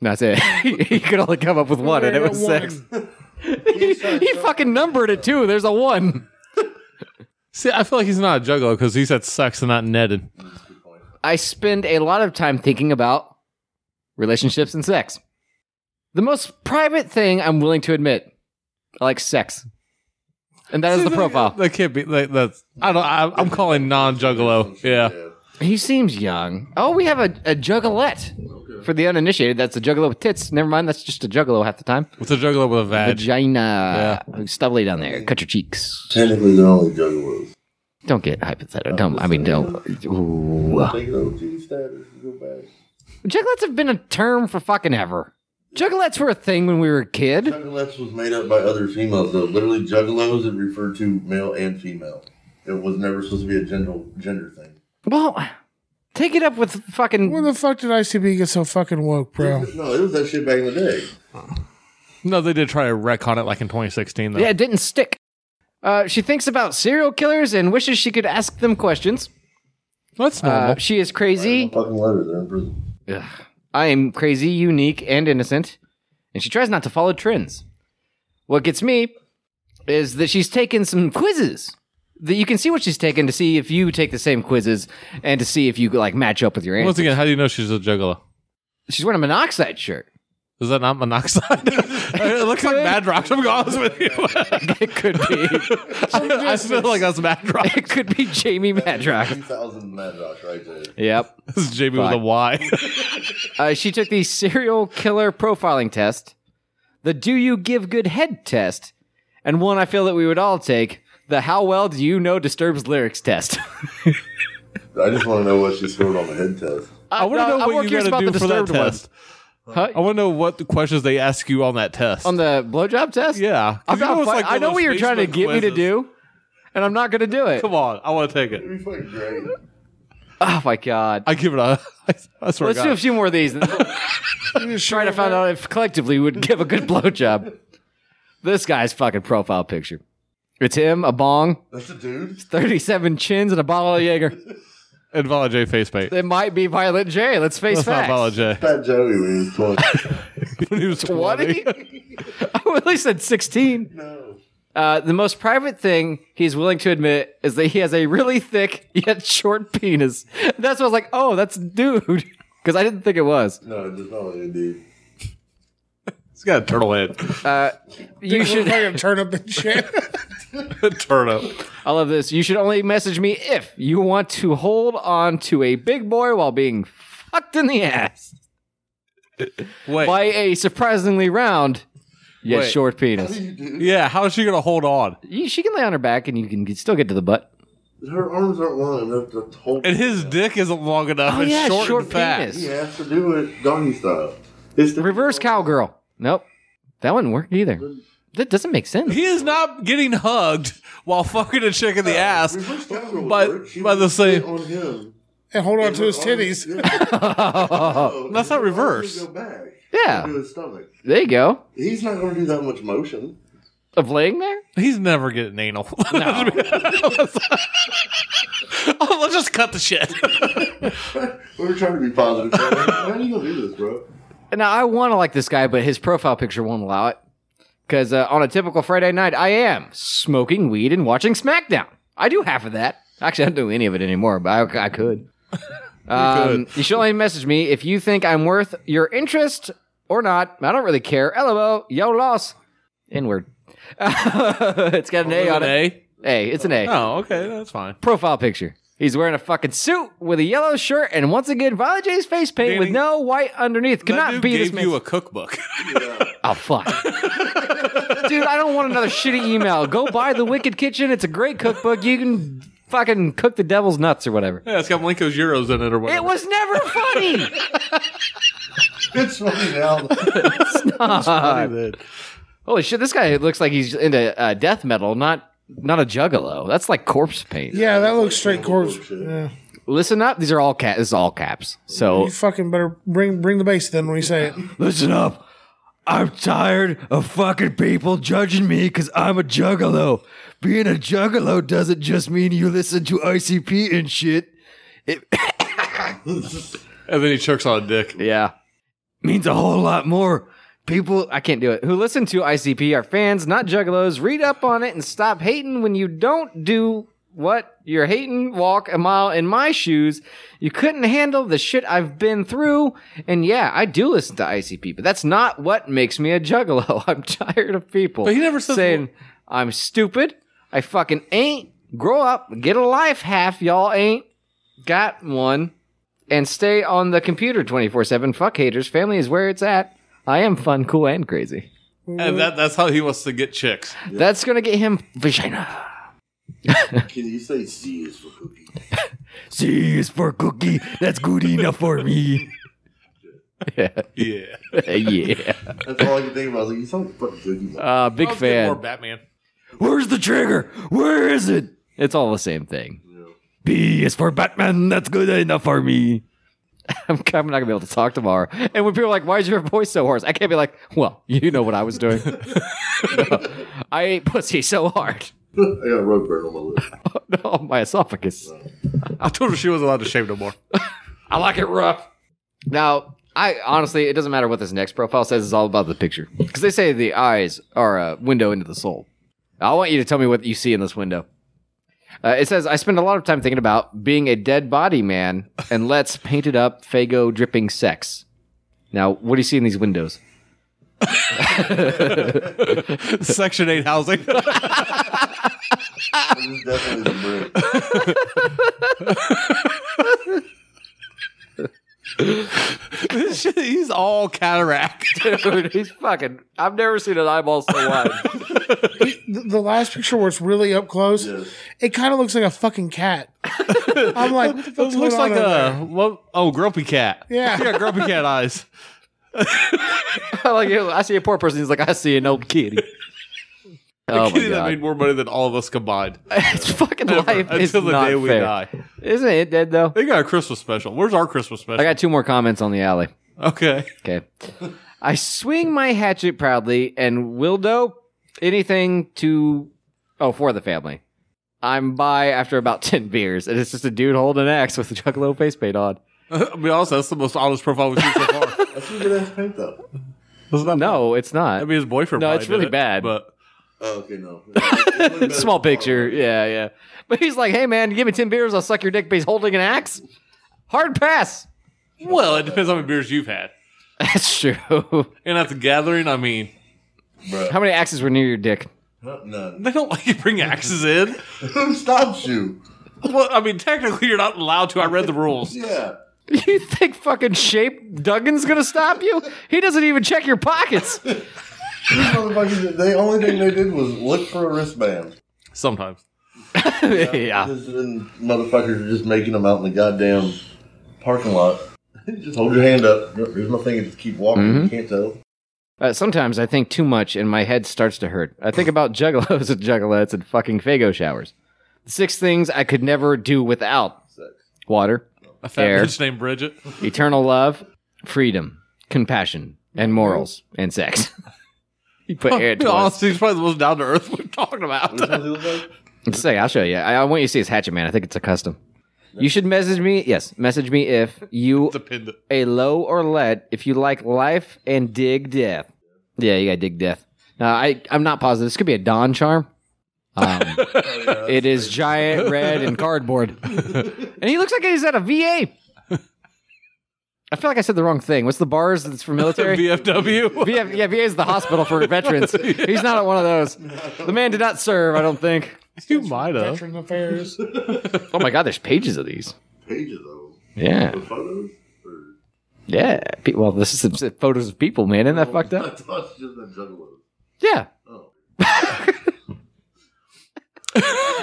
That's it. he could only come up with one, and
I
it
got
was
one.
sex. he, he fucking numbered it too. There's a one.
See, I feel like he's not a juggalo because he's had sex and not netted.
I spend a lot of time thinking about relationships and sex. The most private thing I'm willing to admit, I like sex, and that is the profile.
That can't be. That, that's. I don't. I, I'm calling non juggalo. Yeah.
He seems young. Oh, we have a, a juggalette. For the uninitiated, that's a juggalo with tits. Never mind, that's just a juggalo half the time.
What's a juggler with a vag?
Vagina. Uh, Stubbly down there. Cut your cheeks.
Technically, they're only juggalos.
Don't get hypothetical. Don't. I mean, don't. Ooh.
Take it OG status and go back.
Juggalettes have been a term for fucking ever. Juggalettes were a thing when we were a kid.
Juggalettes was made up by other females, though. Literally, juggalos it referred to male and female. It was never supposed to be a gender gender thing.
Well, take it up with
When
fucking.
the fuck did ICB get so fucking woke, bro?
No, it was that shit back in the day.
No, they did try to wreck on it like in 2016, though.
Yeah, it didn't stick. Uh, she thinks about serial killers and wishes she could ask them questions.
That's normal.
Uh, she is crazy.
Fucking letters, they're in prison.
Ugh. I am crazy, unique, and innocent. And she tries not to follow trends. What gets me is that she's taken some quizzes. That you can see what she's taken to see if you take the same quizzes and to see if you like match up with your
Once
answer.
again, how do you know she's a juggler?
She's wearing a monoxide shirt.
Is that not monoxide? it looks like Mad Rocks. I'm going to be honest with you.
It could be.
I feel like that's Mad Rocks.
It could be Jamie Madrox.
2000 Mad Rock right there.
Yep.
This is Jamie with a
Fuck.
Y.
Uh, she took the serial killer profiling test, the do you give good head test, and one I feel that we would all take, the how well do you know disturbs lyrics test.
I just want to know what she scored on the head test.
I want to know what you got to do for that test.
Huh?
I want to know what the questions they ask you on that test.
On the blowjob test?
yeah, 'Cause
I'm
you
not
it's
fi-
like
I
one
know
of
what
those
you're trying to
Facebook
get me to
quizzes.
do, and I'm not going to do it.
Come on, I want to take it.
It'd be fucking great.
Oh, my God.
I give it a. I swear to
Let's do a
God.
few more of these and try to find out if collectively we would give a good blowjob. This guy's fucking profile picture. It's him, a bong,
That's a dude.
37 chins, and a bottle of Jaeger.
And Vala J face bait.
It might be Violet J. Let's face
That's not
facts.
Vala J.
Fat Joey when he was 20.
When he was 20.
20? I Oh, at least said 16.
no.
Uh, the most private thing he's willing to admit is that he has a really thick yet short penis. That's what I was like, oh, that's dude. Because I didn't think it was.
No, it does not look like a dude.
He's got a turtle head.
You
Should
should.
fucking turn up and shit.
turtle.
I love this. You should only message me if you want to hold on to a big boy while being fucked in the ass
Wait.
by a surprisingly round yet
Wait.
short penis.
Yeah, how is she going to hold on?
You, she can lay on her back and you can get- still get to the butt.
Her arms aren't long enough to hold.
And his dick isn't long enough.
Oh,
it's
yeah,
short,
short
and fat.
penis.
He has to do it doggy style. It's the
Reverse cowgirl. Nope. That wouldn't work either. That doesn't make sense.
He is not getting hugged while fucking a chick in the ass.
Reverse cowgirl would
By-
work. She
by
would
the
sit
same-
on him.
and hold on to his titties.
That's
not reverse.
Go back.
Yeah.
To his stomach.
There you go.
He's not going to do that much motion.
Of laying there?
He's never getting anal. oh, let's just cut the shit.
We were trying to be positive. How are you going to do this, bro?
Now, I want to like this guy, but his profile picture won't allow it. Because uh, on a typical Friday night, I am smoking weed and watching SmackDown. I do half of that. Actually, I don't do any of it anymore, but I, I could. Um, you should only message me if you think I'm worth your interest or not. I don't really care. LOL, yo loss. Inward. it's got Oh, an A on it. A. It's an A.
Oh, okay, that's fine.
profile picture. He's wearing a fucking suit with a yellow shirt, and once again, Violet J's face paint with
Danny,
no white underneath. Could not
that dude
be this
gave
man.
you a cookbook.
oh fuck, dude! I don't want another shitty email. Go buy the Wicked Kitchen. It's a great cookbook. You can fucking cook the devil's nuts or whatever.
yeah, it's got Malenko's Euros in it or whatever.
It was never funny.
It's funny now.
Holy shit! This guy looks like he's into uh, death metal, not not a juggalo. That's like corpse paint.
Yeah, that looks straight corpse.
Bullshit.
Yeah.
Listen up. These are all cat. This is all caps. So
You fucking better bring bring the bass then when we say it.
Listen up. I'm tired of fucking people judging me because I'm a juggalo. Being a juggalo doesn't just mean you listen to ICP and shit. It
and then he chokes on a dick.
yeah. means a whole lot more. People, I can't do it, who listen to ICP are fans, not juggalos. Read up on it and stop hating when you don't do what you're hating. Walk a mile in my shoes. You couldn't handle the shit I've been through. And yeah, I do listen to ICP, but that's not what makes me a juggalo. I'm tired of people
But he never says-
saying, I'm stupid. I fucking ain't. Grow up. Get a life, half y'all ain't got one. and stay on the computer 24 7. Fuck haters. Family is where it's at. I am fun, cool, and crazy.
And that, that's how he wants to get chicks.
That's going to get him vagina.
Can you say C is for cookie?
C is for cookie. That's good enough for me.
Yeah.
yeah.
That's all I can think about. I was like, you sound like a fucking cookie. monster.
Uh, big
Let's get
fan.
More Batman.
Where's the trigger? Where is it? It's all the same thing. B is for Batman. That's good enough for me. I'm, I'm not gonna be able to talk tomorrow. And when people are like, "Why is your voice so hoarse?" I can't be like, "Well, you know what I was doing. No, I ate pussy so hard
I got road burn on my lip.
on my esophagus.
I told her she wasn't allowed to shave no more.
I like it rough." Now, I honestly, it doesn't matter what this next profile says. It's all about the picture because they say the eyes are a window into the soul. I want you to tell me what you see in this window. Uh, it says, I spend a lot of time thinking about being a dead body man and let's paint it up, Fago dripping sex. Now, what do you see in these windows?
Section 8 housing.
This is definitely the brick.
This shit- He's all cataract.
Dude, he's fucking. I've never seen an eyeball so wide.
The, the last picture where it's really up close,
Yes.
it kind of looks like a fucking cat. I'm like, what the
It
fuck's
looks
going
like
on over there?
a what, oh grumpy cat.
Yeah.
he got grumpy cat eyes.
I like, it. I see a poor person. He's like, I see an old kitty. Oh
Kitty
my
that made
god!
more money than all of us combined
It's fucking
Ever,
life is
until the
not
day we
fair.
die.
Isn't it dead though?
They got a Christmas special. Where's our Christmas
I
special?
got two more comments on the alley.
okay,
Okay. I swing my hatchet proudly and wildo anything to oh for the family. I'm by after about ten beers, and it's just a dude holding an axe with a Juggalo face paint on.
I mean, honestly, that's the most honest profile we've seen so far.
That's some good ass paint though.
That's not
No, it's
I
not.
mean, his boyfriend.
No,
probably
it's
did
really
it,
bad.
But
Oh, okay, no. It looked better
Small
than
picture, yeah, yeah. But he's like, "Hey man, give me ten beers, I'll suck your dick." But he's holding an axe. Hard pass.
well, it depends how many beers you've had.
That's true.
And at the gathering, I mean,
Bruh.
How many axes were near your dick?
Huh? None.
they don't like you bring axes in.
Who stops you?
Well, I mean, technically, you're not allowed to. I read the rules.
Yeah.
You think fucking Shape Duggan's gonna stop you? He doesn't even check your pockets.
These motherfuckers, the only thing they did was look for a wristband.
Sometimes.
yeah.
Just- And motherfuckers are just making them out in the goddamn parking lot. just hold your hand up. Yep, Here's my thing. and Just keep walking.
Mm-hmm.
You can't tell.
Uh, sometimes I think too much and my head starts to hurt. I think about juggalos and juggalettes and fucking fago showers. The six things I could never do without water,
A fat
Fair.
bitch named Bridget.
eternal love, freedom, compassion, and morals, and sex. you put air
You know,
towards.
honestly, he's probably the most down to earth we're talking
Which
about.
one's he look like?
Just say, I'll show you. I, I want you to see his hatchet man. I think it's a custom. You should message me. Yes, message me if you
Dependent.
a low or let if you like life and dig death. Yeah, you gotta dig death. Now, I, I'm not positive. This could be a Don charm. Um, it is giant, red, and cardboard. and he looks like he's at a VA. I feel like I said the wrong thing. What's the bars that's for military?
VFW.
VF, yeah, VA is the hospital for veterans. He's not at one of those. The man did not serve, I don't think.
you might have.
Veteran affairs.
Oh my God, there's pages of these.
Pages though.
Yeah.
Photos.
Yeah. Pe- Well, this is some photos of people, man. Isn't that fucked
I
up?
thought she was a juggalo.
Yeah.
Oh.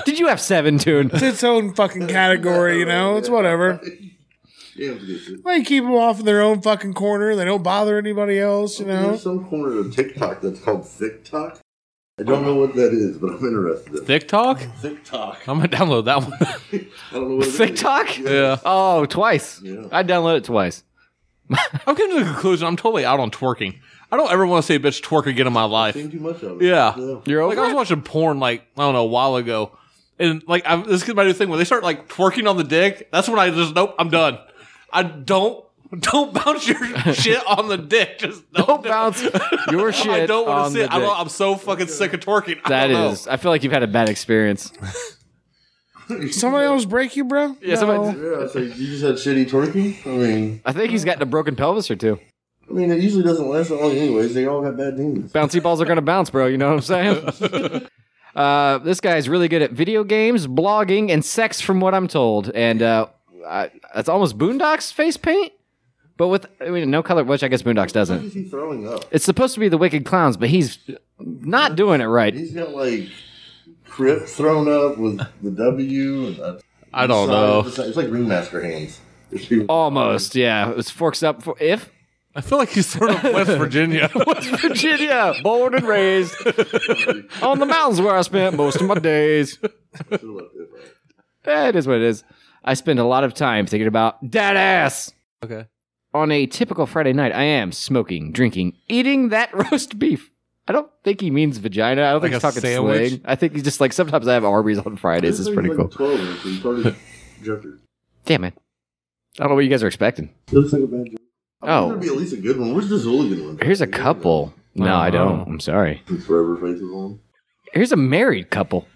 Did you have seven, Tune?
It's its own fucking category, you know? It's whatever.
Yeah, it was good shit.
They keep them off in their own fucking corner. They don't bother anybody else, you know?
There's some corner of TikTok that's called Thick Talk. I don't know what that is, but I'm interested in it.
Thick Talk?
Thick Talk.
I'm going to download that one.
I don't know what it is.
TikTok?
yeah.
Oh, twice.
Yeah.
I downloaded it twice.
I'm coming to the conclusion I'm totally out on twerking. I don't ever want to say bitch twerk again in my life.
Seen too much of it.
Yeah.
You're over.
Like, I was watching porn, like, I don't know, a while ago. And, like, I, this is my new thing. When they start, like, twerking on the dick, that's when I just, nope, I'm done. I don't, don't bounce your shit on the dick. Just don't,
don't
do it.
bounce your shit.
Oh, I don't
want to
see it. I don't, I'm so fucking sick of twerking. I
That
don't know.
is. I feel like you've had a bad experience.
Somebody else break you, bro?
Yeah, somebody-
Yeah, so you just had shitty twerking? I mean,
I think he's gotten a broken pelvis or two.
I mean, it usually doesn't last that long, anyways. They all got bad knees.
Bouncy balls are gonna bounce, bro. You know what I'm saying? Uh, this guy's really good at video games, blogging, and sex, from what I'm told. And uh, I, that's almost Boondocks face paint, but with I mean no color, which I guess Boondocks
What
doesn't.
is he throwing up?
It's supposed to be the Wicked Clowns, but he's not doing it right.
He's got like Crip thrown up with the W. And a
I don't
sign.
know.
It's like ringmaster hands. If you-
Oh. Almost, yeah. It was forks up for if
I feel like he's thrown up West Virginia.
Virginia, born and raised on the mountains where I spent most of my days. Eh, It is what it is. I spend a lot of time thinking about that ass.
okay.
On a typical Friday night, I am smoking, drinking, eating that roast beef. I don't think he means vagina. I don't
Like
think he's
a
talking
sandwich?
slang. I think he's just like sometimes I have Arby's on Fridays. It's pretty
like
cool.
12 inch and probably joker.
Damn it! I don't know what you guys are expecting.
It looks like a bad joke.
Oh.
There'd be at least a good one. Where's this hooligan one?
Here's a couple. No, I
Oh.
don't. I'm sorry.
Forever faces on.
Here's a married couple.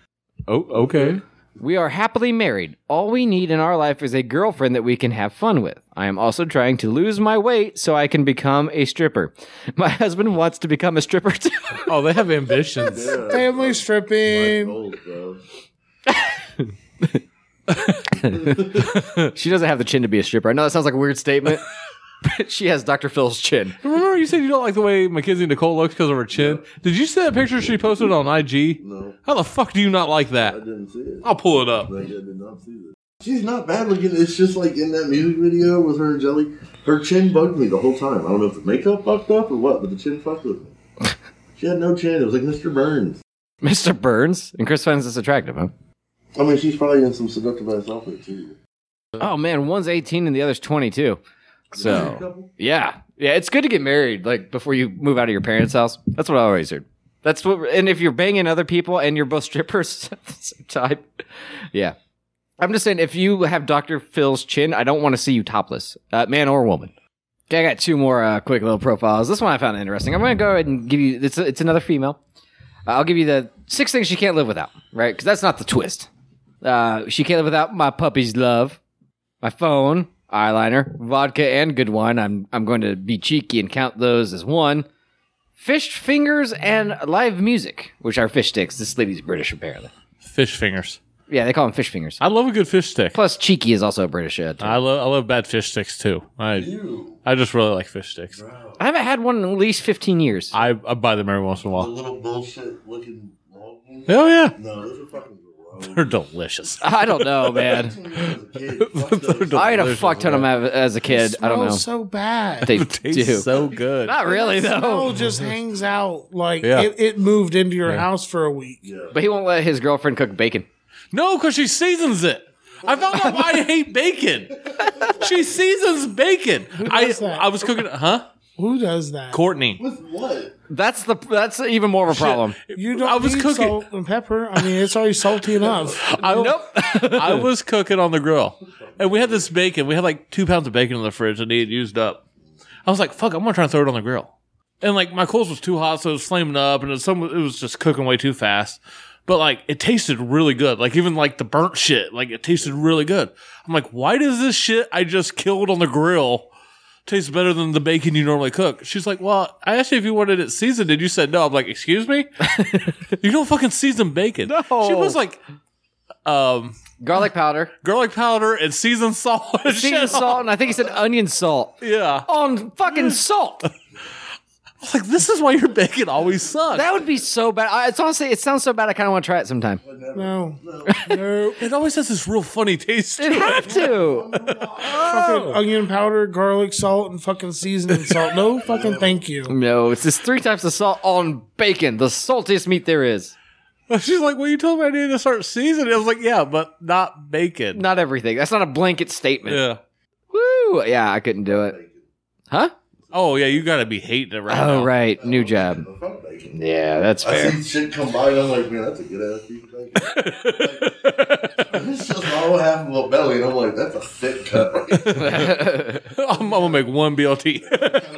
Oh, okay.
We are happily married. All we need in our life is a girlfriend that we can have fun with. I am also trying to lose my weight so I can become a stripper. My husband wants to become a stripper too.
Oh, they have ambitions.
Yeah.
Family stripping.
Gold, Oh, bro.
she doesn't have the chin to be a stripper. I know that sounds like a weird statement, but she has Dr. Phil's chin.
Remember you said you don't like the way Mackenzie Nicole looks because of her chin? Did you see that picture she posted on IG?
No,
How the fuck do you not like
I
that?
didn't see it.
I'll pull it up.
Like, I did not see this. She's not bad looking. It's just like in that music video with her and Jelly. Her chin bugged me the whole time. I don't know if the makeup fucked up or what, but the chin fucked with me. she had no chin. It was like Mr. Burns.
Mr. Burns and Chris finds this attractive, huh?
I mean, she's probably in some seductive ass outfit too.
Oh man, one's 18 and the other's 22. So, yeah. Yeah, it's good to get married like before you move out of your parents' house. That's what I always heard. That's what and if you're banging other people and you're both strippers at the same time. Yeah. I'm just saying if you have Dr. Phil's chin, I don't want to see you topless. Uh, man or woman. Okay, I got two more uh, quick little profiles. This one I found interesting. I'm going to go ahead and give you it's it's another female. Uh, I'll give you the six things she can't live without, right? Cuz that's not the twist. Uh, she can't live without my puppy's love my phone, eyeliner, vodka, and good wine. I'm I'm going to be cheeky and count those as one. Fish fingers and live music, which are fish sticks. This lady's British, apparently.
Fish fingers.
Yeah, they call them fish fingers.
I love a good fish stick.
Plus, cheeky is also a British. Uh, term.
I love I love bad fish sticks too. I I just really like fish sticks.
I haven't had one in at least 15 years.
I, I buy them every once in a
The
while.
little bullshit looking log ones?
Oh yeah,
No, those are fucking gross.
they're delicious.
I don't know, man.
As a kid, fuck those.
They're
I ate a
delicious,
fuck ton of them as a kid. I don't know.
Smells so bad.
They
Tastes
do.
so good.
Not really,
Smell
though.
just hangs out like
Yeah.
it, it moved into your house for a week.
But he won't let his girlfriend cook bacon.
No, because she seasons it. I found out why I hate bacon. She seasons bacon. I
does that?
I was cooking, huh?
Who does that?
Courtney.
With what?
That's the that's even more of a problem.
You don't
I was
need
cooking.
salt and pepper. I mean, it's already salty enough.
I,
Nope.
I was cooking on the grill, and we had this bacon. We had like two pounds of bacon in the fridge, and he had used up. I was like, "Fuck, I'm gonna try and throw it on the grill." And like my coals was too hot, so it was flaming up, and it was some it was just cooking way too fast. But like it tasted really good. Like even like the burnt shit, like it tasted really good. I'm like, why does this shit I just killed on the grill taste better than the bacon you normally cook? She's like, well, I asked you if you wanted it seasoned, and you said no. I'm like, excuse me, you don't fucking season bacon.
No.
She was like, um,
Garlic powder,
garlic powder and seasoned salt. and
seasoned
shit on-
salt, and I think he said onion salt.
Yeah. I
On fucking salt.
was like, this is why your bacon always sucks.
That would be so bad. I, it's honestly, it sounds so bad. I kind of want to try it sometime.
No, no.
it always has this real funny taste to
It
it.
have to.
Fucking onion powder, garlic salt, and fucking seasoning salt. No fucking thank you.
No, it's just three types of salt on bacon, the saltiest meat there is.
She's like, well, you told me I needed to start seasoning. I was like, yeah, but not bacon.
Not everything. That's not a blanket statement.
Yeah.
Woo! Yeah, I couldn't do it. Huh?
Oh, yeah, you got to be hating it right
Oh
now.
right, new job.
Fuck bacon.
Yeah, that's
I
fair.
see shit come by and I'm like, man, that's a good ass piece of bacon. Like, it's just all half of a belly, and I'm like, that's a thick cut. right there.
I'm, going to make one
Oh.
BLT.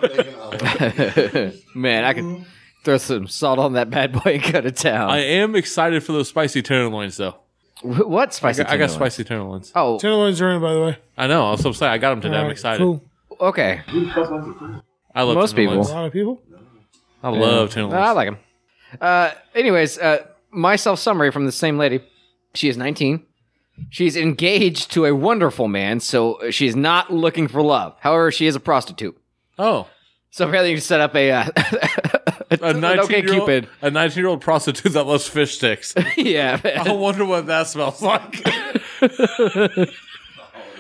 Bacon, I like it.
Man, I could throw some salt on that bad boy and go to town.
I am excited for those spicy tenderloins, though.
Wh- what
I
spicy?
got, I got
tenderloin?
spicy tenderloins.
Oh,
Tenderloins are in, by the way.
I know. I'm so excited. I got them today. I'm
Alright,
excited.
Cool.
okay.
I love
Most
tenderloins.
A lot of people.
I love tenderloins.
I like him. Uh, anyways, uh, my self summary from the same lady. She is 19. She's engaged to a wonderful man, so she's not looking for love. However, she is a prostitute.
Oh,
So apparently, you set up a uh,
a
an okay
nineteen-year-old,
Cupid.
a nineteen-year-old prostitute that loves fish sticks.
yeah, man.
I wonder what that smells like.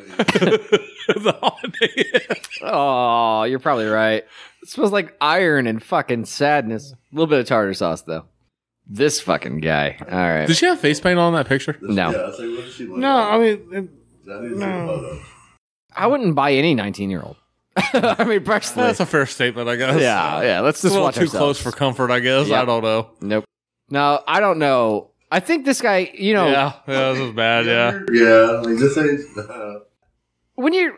the holiday.
Oh, you're probably right. It smells like iron and fucking sadness. A little bit of tartar sauce, though. This fucking guy. All right.
Did she have face paint on that picture?
No.
Yeah, I was like, what does she look
No, I
like?
mean, it-
I didn't
no.
see a photo.
I wouldn't buy any 19 year old. I mean, personally.
That's a fair statement, I guess.
yeah, yeah. Let's
It's a
just
little
watch
too
ourselves.
close for comfort, I guess.
Yeah.
I don't know.
Nope. No, I don't know. I think this guy. You know,
Yeah, yeah, this is bad. Yeah,
Yeah, like this ain't. Uh,
when you're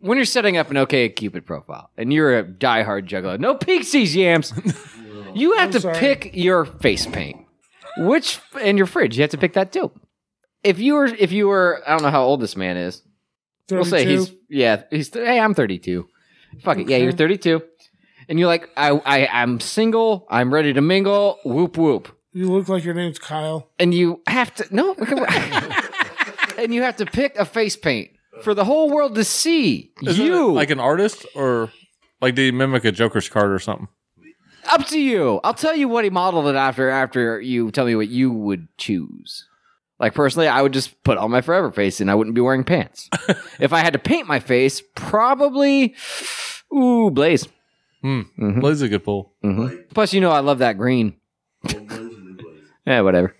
when you're setting up an OK Cupid profile and you're a diehard juggler, no pixies yams. You have
I'm
to
sorry.
pick your face paint, which and your fridge. You have to pick that too. If you were, if you were, I don't know how old this man is. We'll say
32.
he's yeah. He's hey, I'm 32. Fuck it, yeah, you're 32, and you're like I, I I'm single. I'm ready to mingle. Whoop whoop.
You look like your name's Kyle.
And you have to no. we can- and you have to pick a face paint for the whole world to see
Isn't it
you.
like an artist, or like did he mimic a Joker's card or something?
Up to you. I'll tell you what he modeled it after after you tell me what you would choose. Like personally, I would just put on my forever face and I wouldn't be wearing pants. if I had to paint my face, probably ooh, blaze.
Hmm.
Mhm.
Blaze is a good pull.
Mhm. Plus, you know I love that green.
old boys and new boys.
Yeah, whatever.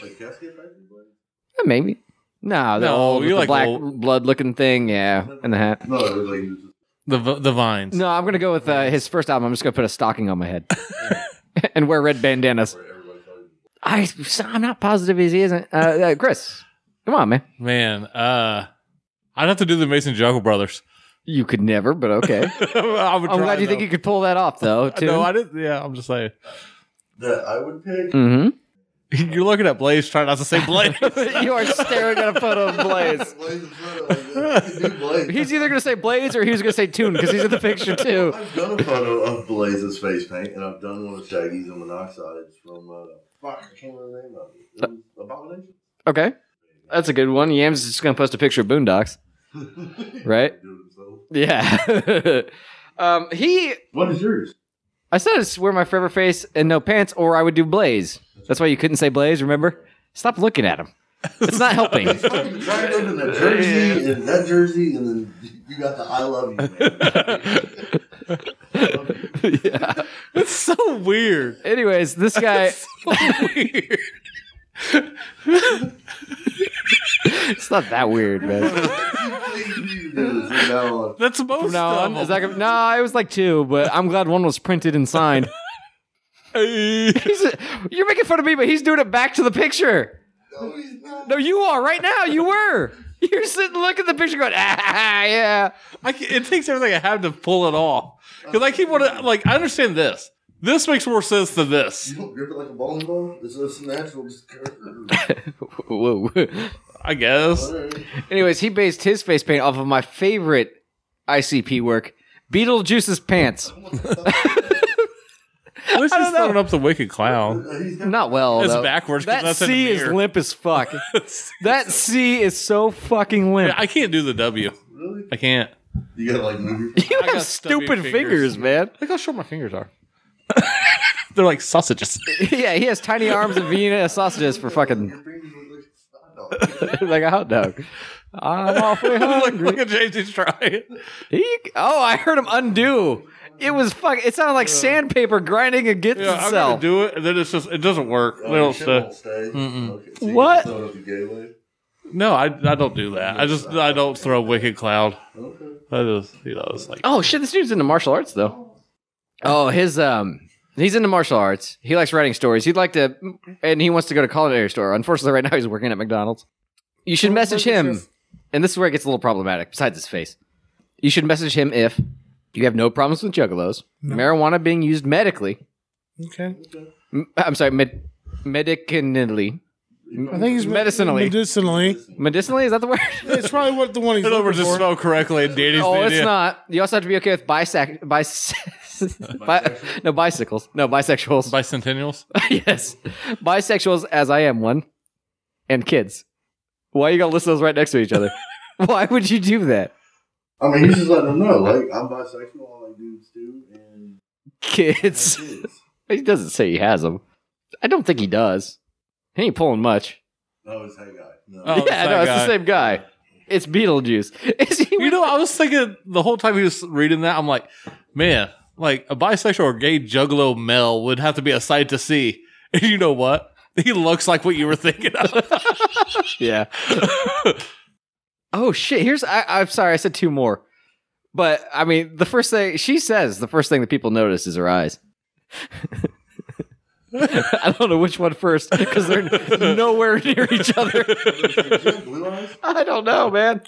Like casket factory boys?
Eh, Maybe. No, the
No,
old with
you
the
like
black
old-
blood looking thing, yeah, and the hat.
No, it was like you just-
The v- the vines.
No, I'm gonna go with uh, his first album. I'm just gonna put a stocking on my head and wear red bandanas. I, I'm not positive he isn't. Uh, uh, Chris, come on, man.
Man, uh, I'd have to do the Mason Juggle Brothers.
You could never, but okay.
I would
I'm
try,
glad you think
though.
you could pull that off, though. Too.
No, I didn't. Yeah, I'm just saying.
that I would pick.
mm-hmm.
You're looking at Blaze, trying not to say Blaze.
you are staring at a photo of Blaze.
Blaze is better, like, that. You do Blaze.
He's either going to say Blaze or he was going to say Tune because he's in the picture too.
I've done a photo of Blaze's face paint, and I've done one of Shaggy's and Monoxide's from. Uh, fuck, I can't remember the name of it. it was Abomination.
Okay, that's a good one. Yams is just going to post a picture of Boondocks, right?
Do it himself.
Yeah. um, he,
What is yours?
I said it's wear my forever face and no pants, or I would do Blaze. That's why you couldn't say Blaze. Remember? Stop looking at him. It's not helping.
He's fucking dragged in that jersey and that jersey, and then you got the I love you. Man.
yeah.
it's so weird.
Anyways, this guy.
weird.
It's not that weird, man.
Please you do this from now on.
That's most
No,
of
I'm, is that gonna, no, it was like two, but I'm glad one was printed and signed.
them.
He's, you're making fun of me, but he's doing it back to the picture.
No, he's not.
No, you are right now. You were. You're sitting, looking at the picture, going, ah, yeah.
I ca- it takes everything I have to pull it off. Because I keep wanting, like, I understand this. This makes more sense than this.
You don't grip it like a bowling ball. It's just natural. Just curve.
Whoa.
I guess.
Anyways, he based his face paint off of my favorite ICP work, Beetlejuice's pants.
At least he's
don't know.
throwing up the wicked clown.
He's got
Not well.
It's
though.
backwards 'cause
That
that's in the
C is
mirror.
limp as fuck. that C is so fucking limp.
I can't do the W.
really.
I can't.
You got like move your
you
I
have
got stubby
stupid
fingers.
fingers, man.
Look how short my fingers are. They're like sausages.
yeah, he has tiny arms and Vienna sausages for fucking
fingers look like a hot dog.
like a hot dog. I'm awfully
look,
hungry.
look at James. He's trying.
Eek. Oh, I heard him undo. It was fuck. It sounded like sandpaper grinding against
Yeah, I'm
itself.
gonna do it, and then it's just it doesn't work. They
Oh, your
don't
shit
stay.
won't stay. Okay, so you
What?
just throw it up the gateway.
No, I I don't do that. I just I don't throw wicked cloud.
Okay.
I just you know it's like
oh shit, this dude's into martial arts though. Oh, his um, he's into martial arts. He likes writing stories. He'd like to, and he wants to go to culinary store. Unfortunately, right now he's working at McDonald's. You should message him, and this is where it gets a little problematic. Besides his face, you should message him if you have no problems with juggalos, marijuana being used medically.
Okay.
M- I'm sorry, med- medicinally.
I think he's
Medicinally.
Medicinally.
Medicinally, is that the word?
It's probably what the one he's
I don't know if
looking
it's just
for.
spelled correctly. And Danny's
oh,
the
it's
idiot.
not. You also have to be okay with bisac- bis- bi- no bicycles, no bisexuals.
bicentennials.
yes, bisexuals, as I am one, and kids. Why you gotta list those right next to each other? Why would you do that?
I mean, he's just letting them know, like I'm bisexual, I like dudes too, and
Kids.
kids.
He doesn't say he has them. I don't think he does. He ain't pulling much.
No, it's that guy. No.
Oh, it's
yeah,
that
no, it's the
guy.
same guy. It's Beetlejuice. Is he?
You know, I was thinking the whole time he was reading that, I'm like, man, like a bisexual or gay juggalo male would have to be a sight to see. And you know what? He looks like what you were thinking of.
yeah. oh shit! Here's I, I'm sorry, I said two more, but I mean the first thing she says, the first thing that people notice is her eyes. I don't know which one first because they're nowhere near each other.
Blue eyes.
I don't know, man.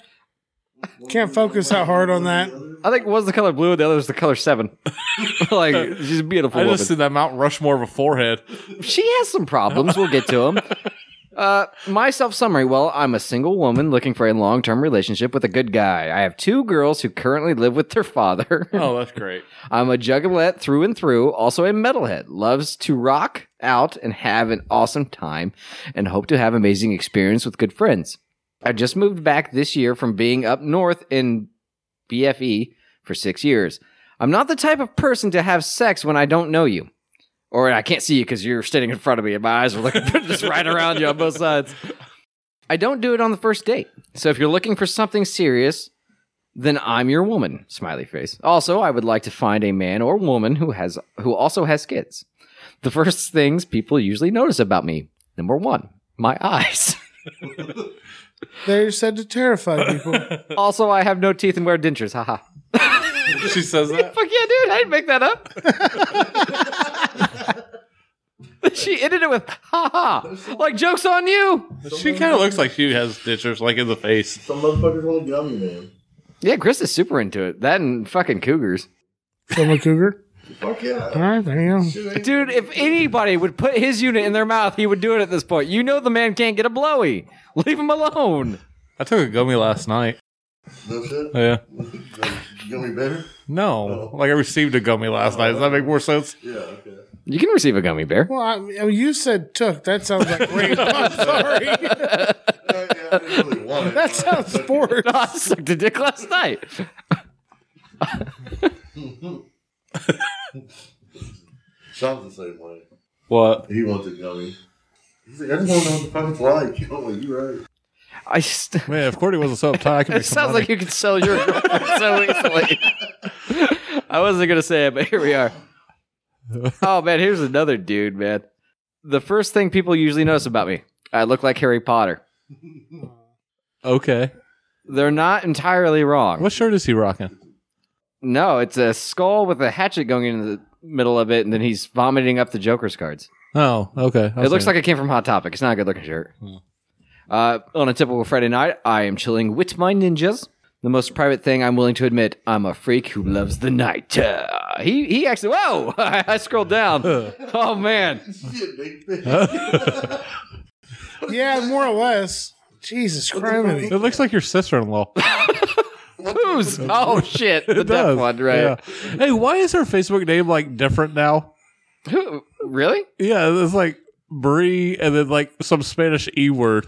Can't focus that hard on that.
I think one's the color blue, and the other's the color seven. like she's a beautiful
I
woman.
just see that Mount Rushmore of a forehead.
She has some problems. We'll get to them. Uh, my self summary. Well, I'm a single woman looking for a long term relationship with a good guy. I have two girls who currently live with their father.
Oh, that's great.
I'm a juggalette through and through, also a metalhead. Loves to rock out and have an awesome time and hope to have amazing experience with good friends. I just moved back this year from being up north in BFE for 6 years. I'm not the type of person to have sex when I don't know you. Or I can't see you because you're standing in front of me and my eyes are looking just right around you on both sides. I don't do it on the first date. So if you're looking for something serious, then I'm your woman. Smiley face. Also, I would like to find a man or woman who has who also has kids. The first things people usually notice about me. Number one, my eyes.
They're said to terrify people.
also, I have no teeth and wear dentures. Haha.
She says that.
Fuck yeah, dude! I didn't make that up. she ended it with "ha ha," like jokes on you.
She kind of looks like she has ditchers, like in the face.
Some motherfuckers want a gummy man.
Yeah, Chris is super into it. That and fucking cougars,
From a cougar.
Fuck yeah.
All right, there you go.
dude. If anybody would put his unit in their mouth, he would do it at this point. You know the man can't get a blowy. Leave him alone.
I took a gummy last night. Oh,
No shit.
Yeah.
Gummy better.
No, like I received a gummy last night. Does that make more sense?
Yeah. Okay.
You can receive a gummy bear.
Well, I, I mean, you said took. That sounds like rape. I'm sorry.
Yeah, Uh, yeah, I didn't really want it.
That sounds sports.
I sucked a dick last night.
Sean's the same way.
What?
He wants a gummy. He's like, I just don't know what the fuck it's like. I'm like, you right.
I st-
Man, if Courtney wasn't so uptight, I could.
it
Make
sounds like you could sell your girlfriend so easily. I wasn't gonna say it, but here we are. Oh man, here's another dude, man. The first thing people usually notice about me, I look like Harry Potter.
okay.
They're not entirely wrong.
What shirt is he rocking?
No, it's a skull with a hatchet going into the middle of it, and then he's vomiting up the Joker's cards.
Oh, okay.
It looks like it came from Hot Topic. It's not a good looking shirt.
Hmm.
Uh, on a typical Friday night, I am chilling with my ninjas. The most private thing I'm willing to admit, I'm a freak who loves the night. Uh, he he actually. Whoa! I scrolled down. oh man,
Shit, big bitch.
Yeah, more or less. Jesus Christ.
It looks like your sister-in-law.
who's? Oh shit! The deaf one, right?
Yeah. Hey, why is her Facebook name like different now?
Who? Really?
Yeah, it's like Brie and then like some Spanish E word,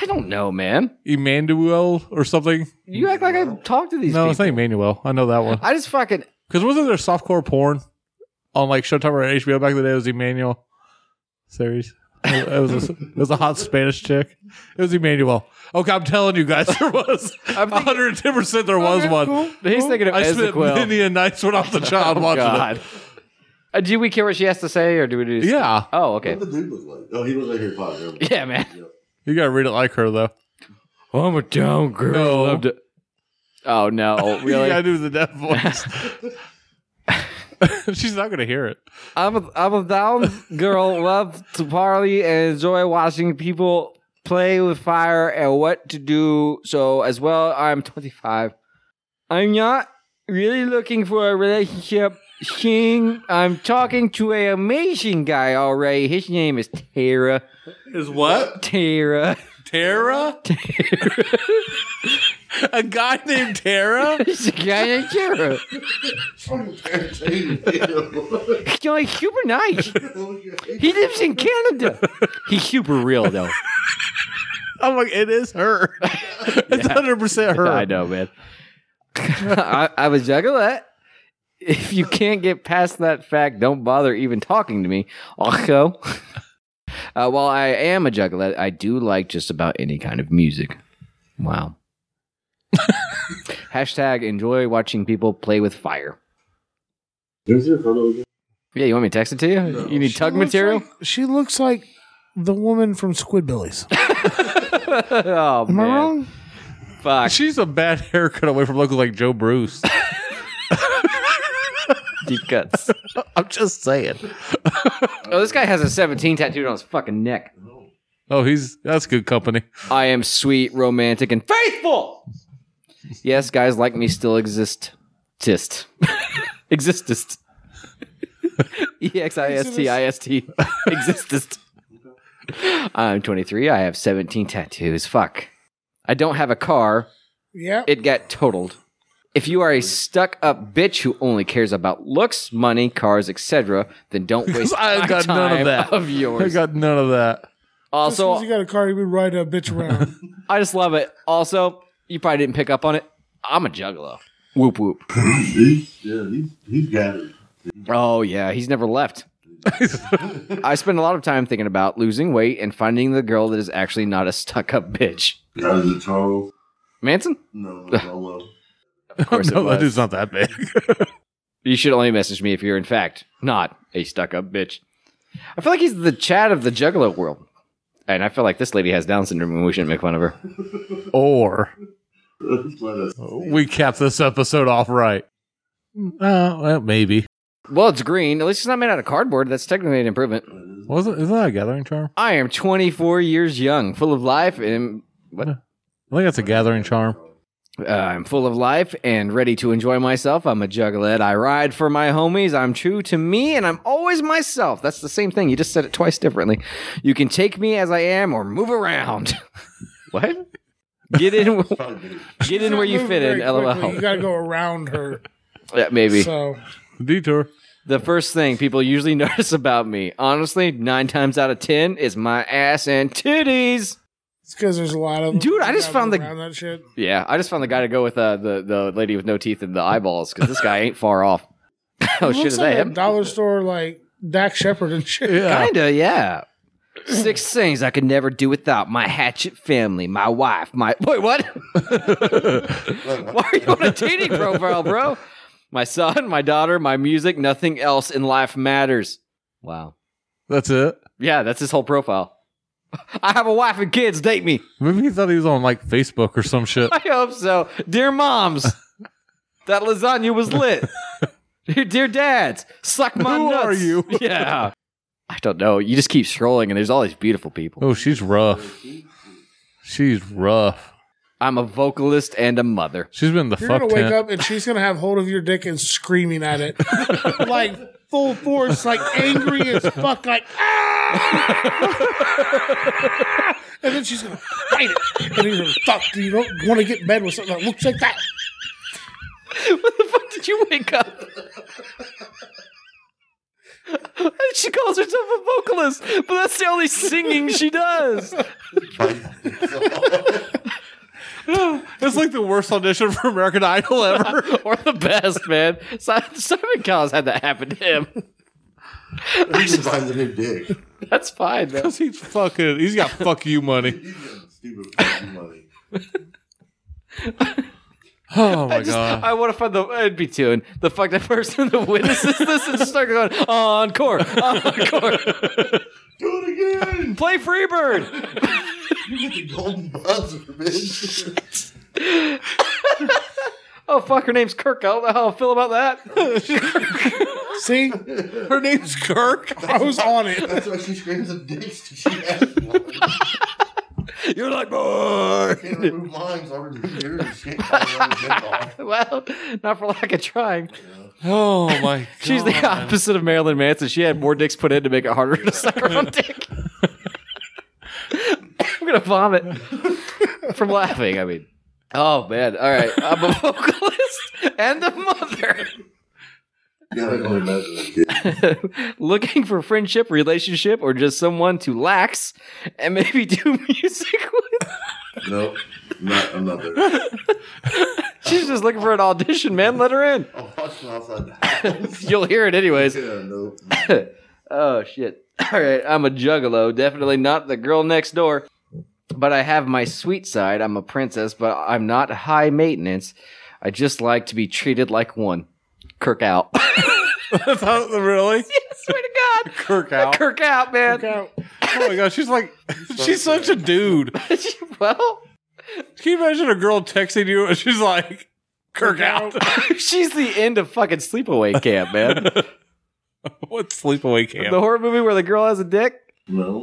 I don't know, man.
Emmanuel or something.
You act like I talked to these
No, it's
people.
not Emmanuel. I know that one.
I just fucking.
Because wasn't there softcore porn on like Showtime or HBO back in the day? It was Emmanuel series. It was, a, it was a hot Spanish chick. It was Emmanuel. Okay, I'm telling you guys, there was 110 percent there was one.
He's thinking of
I spent
Ezequiel. Oh,
many a nights when I was a child watching
God. Uh, do we care what she has to say, or do we do?
it. Yeah,
Oh,
What
okay.
the dude look like? Oh, he looks like Harry Potter.
Yeah, man.
you gotta read it like her though.
I'm a down girl.
No.
Loved it. Oh no,
You
really?
gotta do the deaf voice. She's not gonna hear it.
I'm a, I'm a down girl. Love to party and enjoy watching people play with fire and what to do. So as well, I'm 25. I'm not really looking for a relationship. Shing, I'm talking to an amazing guy already. His name is Tara.
Is what
Tara.
Tara? a guy named Tara?
He's a guy named Tara.
Fucking entertaining.
He's like, super nice. He lives in Canada. He's super real though.
I'm like, it is her. It's hundred percent her.
I know, man. I, I was juggalette. If you can't get past that fact, don't bother even talking to me. Also, uh, while I am a juggalette, I do like just about any kind of music. Wow. Hashtag enjoy watching people play with fire.
Who's your photo again?
Yeah, you want me to text it to you? You need tug
looks
material?
like- she looks like the woman from Squidbillies.
oh,
Am
man.
I wrong?
Fuck.
She's a bad haircut away from looking like Joe Bruce.
Deep cuts.
I'm just saying.
Oh, this guy has a 17 tattooed on his fucking neck.
oh, he's that's good company.
I am sweet, romantic, and faithful. Yes, guys like me still exist. Tist. Existist. E X I S T I S T. Existist. I'm 23. I have 17 tattoos. Fuck. I don't have a car.
Yeah.
It got totaled. If you are a stuck up bitch who only cares about looks, money, cars, etc., then don't waste
I
my
got
time
none of that.
of
I
yours.
got none of that.
As soon
also,
as you got a car, you would ride a bitch around.
I just love it. Also, you probably didn't pick up on it. I'm a juggalo. Whoop whoop.
He's, yeah, he's, he's got it.
Oh yeah, he's never left. I spend a lot of time thinking about losing weight and finding the girl that is actually not a stuck up bitch.
Guys, the Charles.
Manson?
No, no, well.
Of course
no,
it
that
was.
dude's not that big.
you should only message me if you're in fact not a stuck up bitch. I feel like he's the Chad of the juggalo world. And I feel like this lady has Down syndrome and we shouldn't make fun of her.
or
That's why that's-
we cap this episode off right. Uh, well, maybe
Well, it's green. At least it's not made out of cardboard. That's technically an improvement.
wasn't isn't that a gathering charm?
I am 24 years young, full of life and
I think that's a gathering charm.
Uh, I'm full of life and ready to enjoy myself. I'm a juggalette. I ride for my homies. I'm true to me and I'm always myself. That's the same thing. You just said it twice differently. You can take me as I am or move around. what? Get in get in where you
Move
fit in,
very quickly.
lol.
You got to go around her.
Yeah, maybe.
So
Detour.
The first thing people usually notice about me, honestly, 9 times out of 10 is my ass and titties.
it's because there's a lot of them.
Dude, I
You
just
gotta
found
move
the-
around that shit.
Yeah, I just found the guy to go with uh, the the lady with no teeth and the eyeballs cuz this guy ain't far off. oh
It
shit,
looks
is
like
that
a
him?
dollar store like Dak Shepard and shit.
Yeah.
Kinda, yeah. Six things I could never do without my hatchet family, my wife, my wait, what? Why are you on a dating profile, bro? My son, my daughter, my music, nothing else in life matters. Wow.
That's it.
Yeah, that's his whole profile. I have a wife and kids, date me.
Maybe he thought he was on like Facebook or some shit.
I hope so. Dear moms, that lasagna was lit. Dear, dear dads, suck my
Who
nuts.
are you?
Yeah. I don't know. You just keep scrolling and there's all these beautiful people.
Oh, she's rough. She's rough.
I'm a vocalist and a mother.
She's been in the
You're
fuck
gonna wake
tent.
up and she's gonna have hold of your dick and screaming at it like full force, like angry as fuck, like "Ah!" and then she's gonna bite it. And you're gonna fuck. Do you don't want to get in bed with something that looks like that?
What the fuck did you wake up? she calls herself a vocalist, but that's the only singing she does.
It's like the worst audition for American Idol ever.
or the best, man. Si- Simon Cowell's had that happen to him.
He just finds a new dick.
That's fine, man.
he's fucking. He's got fuck you money.
He's got stupid fucking money.
Oh my god.
I want to find the. It'd be too. And the fuck that person that witnesses this and just start going encore, encore.
Do it again.
Play Freebird.
You get the golden buzzer, bitch.
Oh fuck, her name's Kirk. I don't know how I feel about that.
See,
Her name's Kirk.
I was on it.
That's why she screams at dicks because she has one.
You're like, boy.
Can't remove lines already here and shit. That's
Well, not for lack of trying.
Oh my. god.
She's the opposite of Marilyn Manson. She had more dicks put in to make it harder to suck her own dick. I'm gonna vomit from laughing. I mean, oh man! All right, I'm a vocalist and a mother.
Yeah, I can only imagine this kid.
Looking for friendship, relationship, or just someone to lax and maybe do music with?
Nope. Not, I'm not there.
She's just looking for an audition, man. Let her in.
Oh, I'm watching outside the house.
You'll hear it anyways.
Yeah, nope.
Oh shit. All right, I'm a juggalo, definitely not the girl next door. But I have my sweet side. I'm a princess, but I'm not high maintenance. I just like to be treated like one. Kirk out.
That's how, really?
Swear to God.
Kirk out.
Kirk out, man.
Oh my god, she's like, she's such a dude.
well,
Can you imagine a girl texting you and she's like, Kirk out?
she's the end of fucking sleepaway camp, man.
what sleepaway
The
camp?
horror movie where the girl has a dick.
No.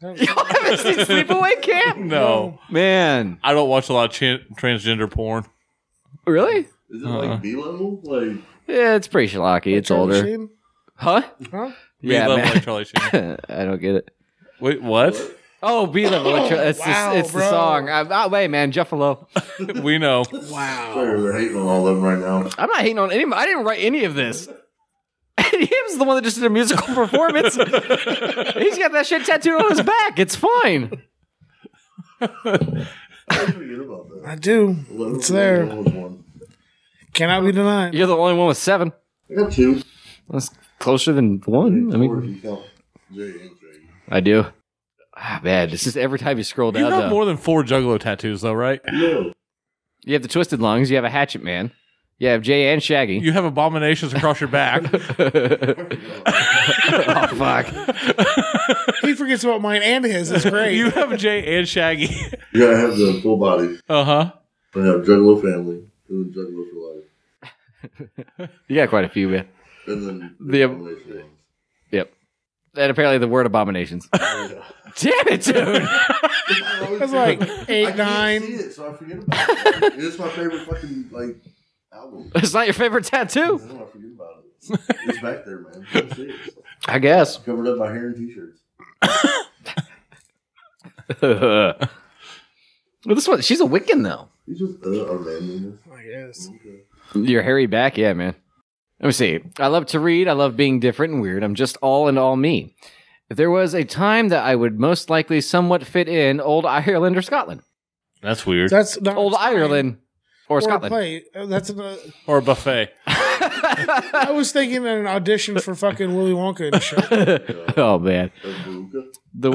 Y'all haven't seen sleepaway camp?
No,
Man.
I don't watch a lot of chan transgender porn.
Really?
Is it like B level? Like,
Yeah, it's pretty schlocky. It's older.
Sheen?
Huh?
Huh?
Me
Yeah,
love
man.
like Charlie Sheen.
I don't get it.
Wait, what?
Oh, B level. it's
wow,
the, it's the
bro.
song. I, I, wait, man, Juffalo.
we know.
sorry, we're hating on all of them right now.
I'm not hating on any. I didn't write any of this. he was the one that just did a musical performance. He's got that shit tattooed on his back. It's fine.
I forget about that.
I do.
Level
It's there.
one was one.
Cannot be denied.
You're the only one with seven.
I got two.
That's closer than one. I
Four if
mean,
you count Jerry and Craig.
I do. Ah, man, this is every time you scroll
You
down.
got
though.
more than four Juggalo tattoos, though, right?
No.
you have the twisted lungs. You have a hatchet man. You have Jay and Shaggy.
You have abominations across your back.
oh fuck!
He forgets about mine and his. It's great.
you have Jay and Shaggy.
You gotta have the full body.
Uh huh.
I have Juggalo family. And then Juggalo for life.
You got quite a few, man.
And then
The-
Abomination ones.
Yep. And apparently the word abominations. Damn it, dude.
I always
That's like eight,
I can't
nine.
see it, so I forget about it. Like, it's my favorite fucking like album.
It's not your favorite
I
tattoo.
don't know, I forget about it. It's back there, man. I can't see it. It's
I guess.
covered up by hair and t-shirts.
well, this one, she's a Wiccan, though.
He's just uh, a man.
I guess.
Your hairy back, yeah, man. Let me see. I love to read. I love being different and weird. I'm just all and all me. If there was a time that I would most likely somewhat fit in, old Ireland or Scotland.
That's weird.
That's not
Old Ireland or
or
Scotland.
play. Uh, That's another.
Or a buffet.
I was thinking an audition for fucking Willy Wonka and shit.
oh man.
A Veruca.
the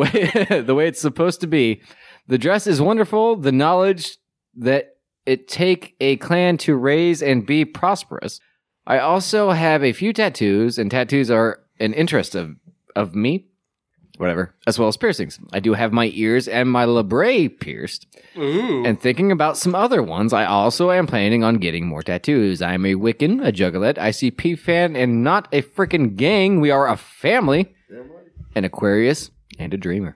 way the way it's supposed to be. The dress is wonderful. The knowledge that it take a clan to raise and be prosperous. I also have a few tattoos, and tattoos are an interest of of me. Whatever, as well as piercings. I do have my ears and my labrae pierced. And thinking about some other ones, I also am planning on getting more tattoos. I am a Wiccan, a Juggalette, ICP fan, and not a freaking gang. We are a family an Aquarius, and a dreamer.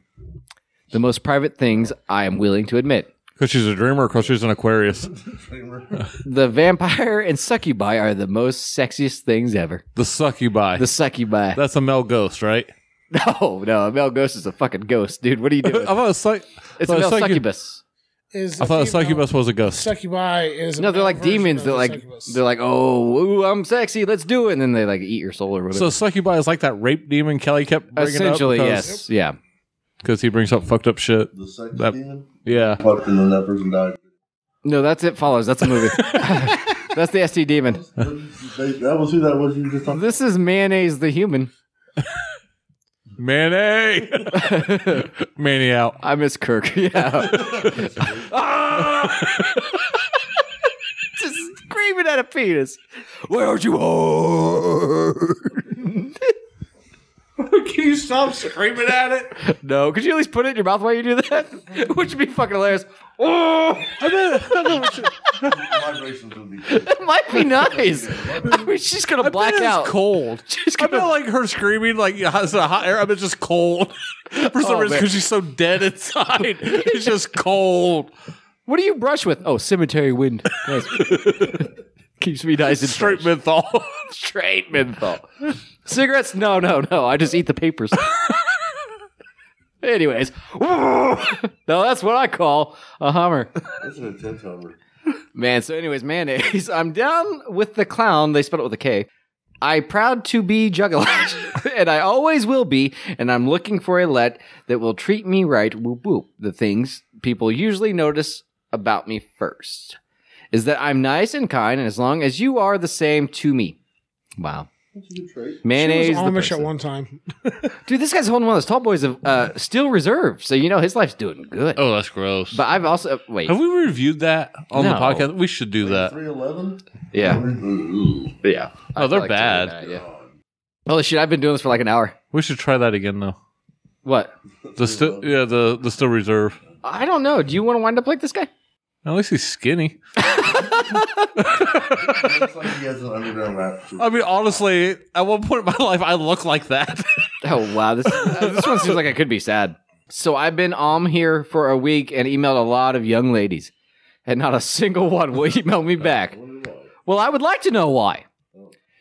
The most private things I am willing to admit.
Because she's a dreamer, because she's an Aquarius.
The vampire and succubi are the most sexiest things ever.
The succubi.
The succubi.
That's a male ghost, right?
no, no, a male ghost is a fucking ghost, dude. What are you
I
doing?
thought a, suc-
It's
I
a
thought
male
succu-
succubus.
Is
I thought a
female-
succubus was a ghost.
Succubi is a
No, they're
male
like
version
demons.
of
They're
a
like
succubus.
they're like, oh, ooh, I'm sexy. Let's do it. And then they like eat your soul or
So
whatever.
succubi is like that rape demon Kelly kept bringing
Essentially,
up.
yes, yeah.
Because he brings up fucked up shit.
The sex
That-
demon.
Yeah.
Fucked and then that person died.
No, that's it. Follows. That's a movie. that's the SD demon.
They- that was who that was you just talking
This is mayonnaise the human.
Manny! Manny out.
I miss Kirk. Yeah. Just screaming at a penis. Why aren't you hard?
Can you stop screaming at it?
no, could you at least put it in your mouth while you do that? Which would be fucking hilarious. Oh,
about. Vibrations would be good.
that might be nice. I mean, she's gonna black
it's
out.
cold.
She's
I feel
gonna.
like her screaming like yeah, it's a hot air. I mean, it's just cold for some
Oh,
reason
man.
because she's so dead inside. It's just cold.
What do you brush with? Oh, cemetery wind. Nice. Keeps me nice and
Straight
straight.
menthol.
Straight menthol. Cigarettes? No, no, no. I just eat the papers. Anyways, no, that's what I call a hummer.
That's an intense number.
Man, so anyways, mayonnaise. I'm down with the clown. They spelled it with a K. I proud to be Juggalot, and I always will be, and I'm looking for a let that will treat me right. Whoop whoop. The things people usually notice about me first is that I'm nice and kind, and as long as you are the same to me. Wow.
She
Mayonnaise.
was
the
Amish at
person.
one time.
Dude, this guy's holding one of those tall boys of uh, Steel Reserve, so you know his life's doing good.
Oh, that's gross.
But I've also wait,
Have we reviewed that on the
No.
podcast? We should do that.
311?
yeah,
Ooh.
yeah.
Oh, they're
I'd like to do
bad.
that, yeah. Holy shit! I've been doing this for like an hour.
We should try that again though.
What?
The still, yeah, the the still reserve.
I don't know. Do you want to wind up like this guy?
At least he's skinny.
Looks like he has an underground rap.
I mean, honestly, at one point in my life, I look like that.
Oh wow, this uh, this one seems like I could be sad. So I've been om here for a week and emailed a lot of young ladies, and not a single one will email me back. Well, I would like to know why.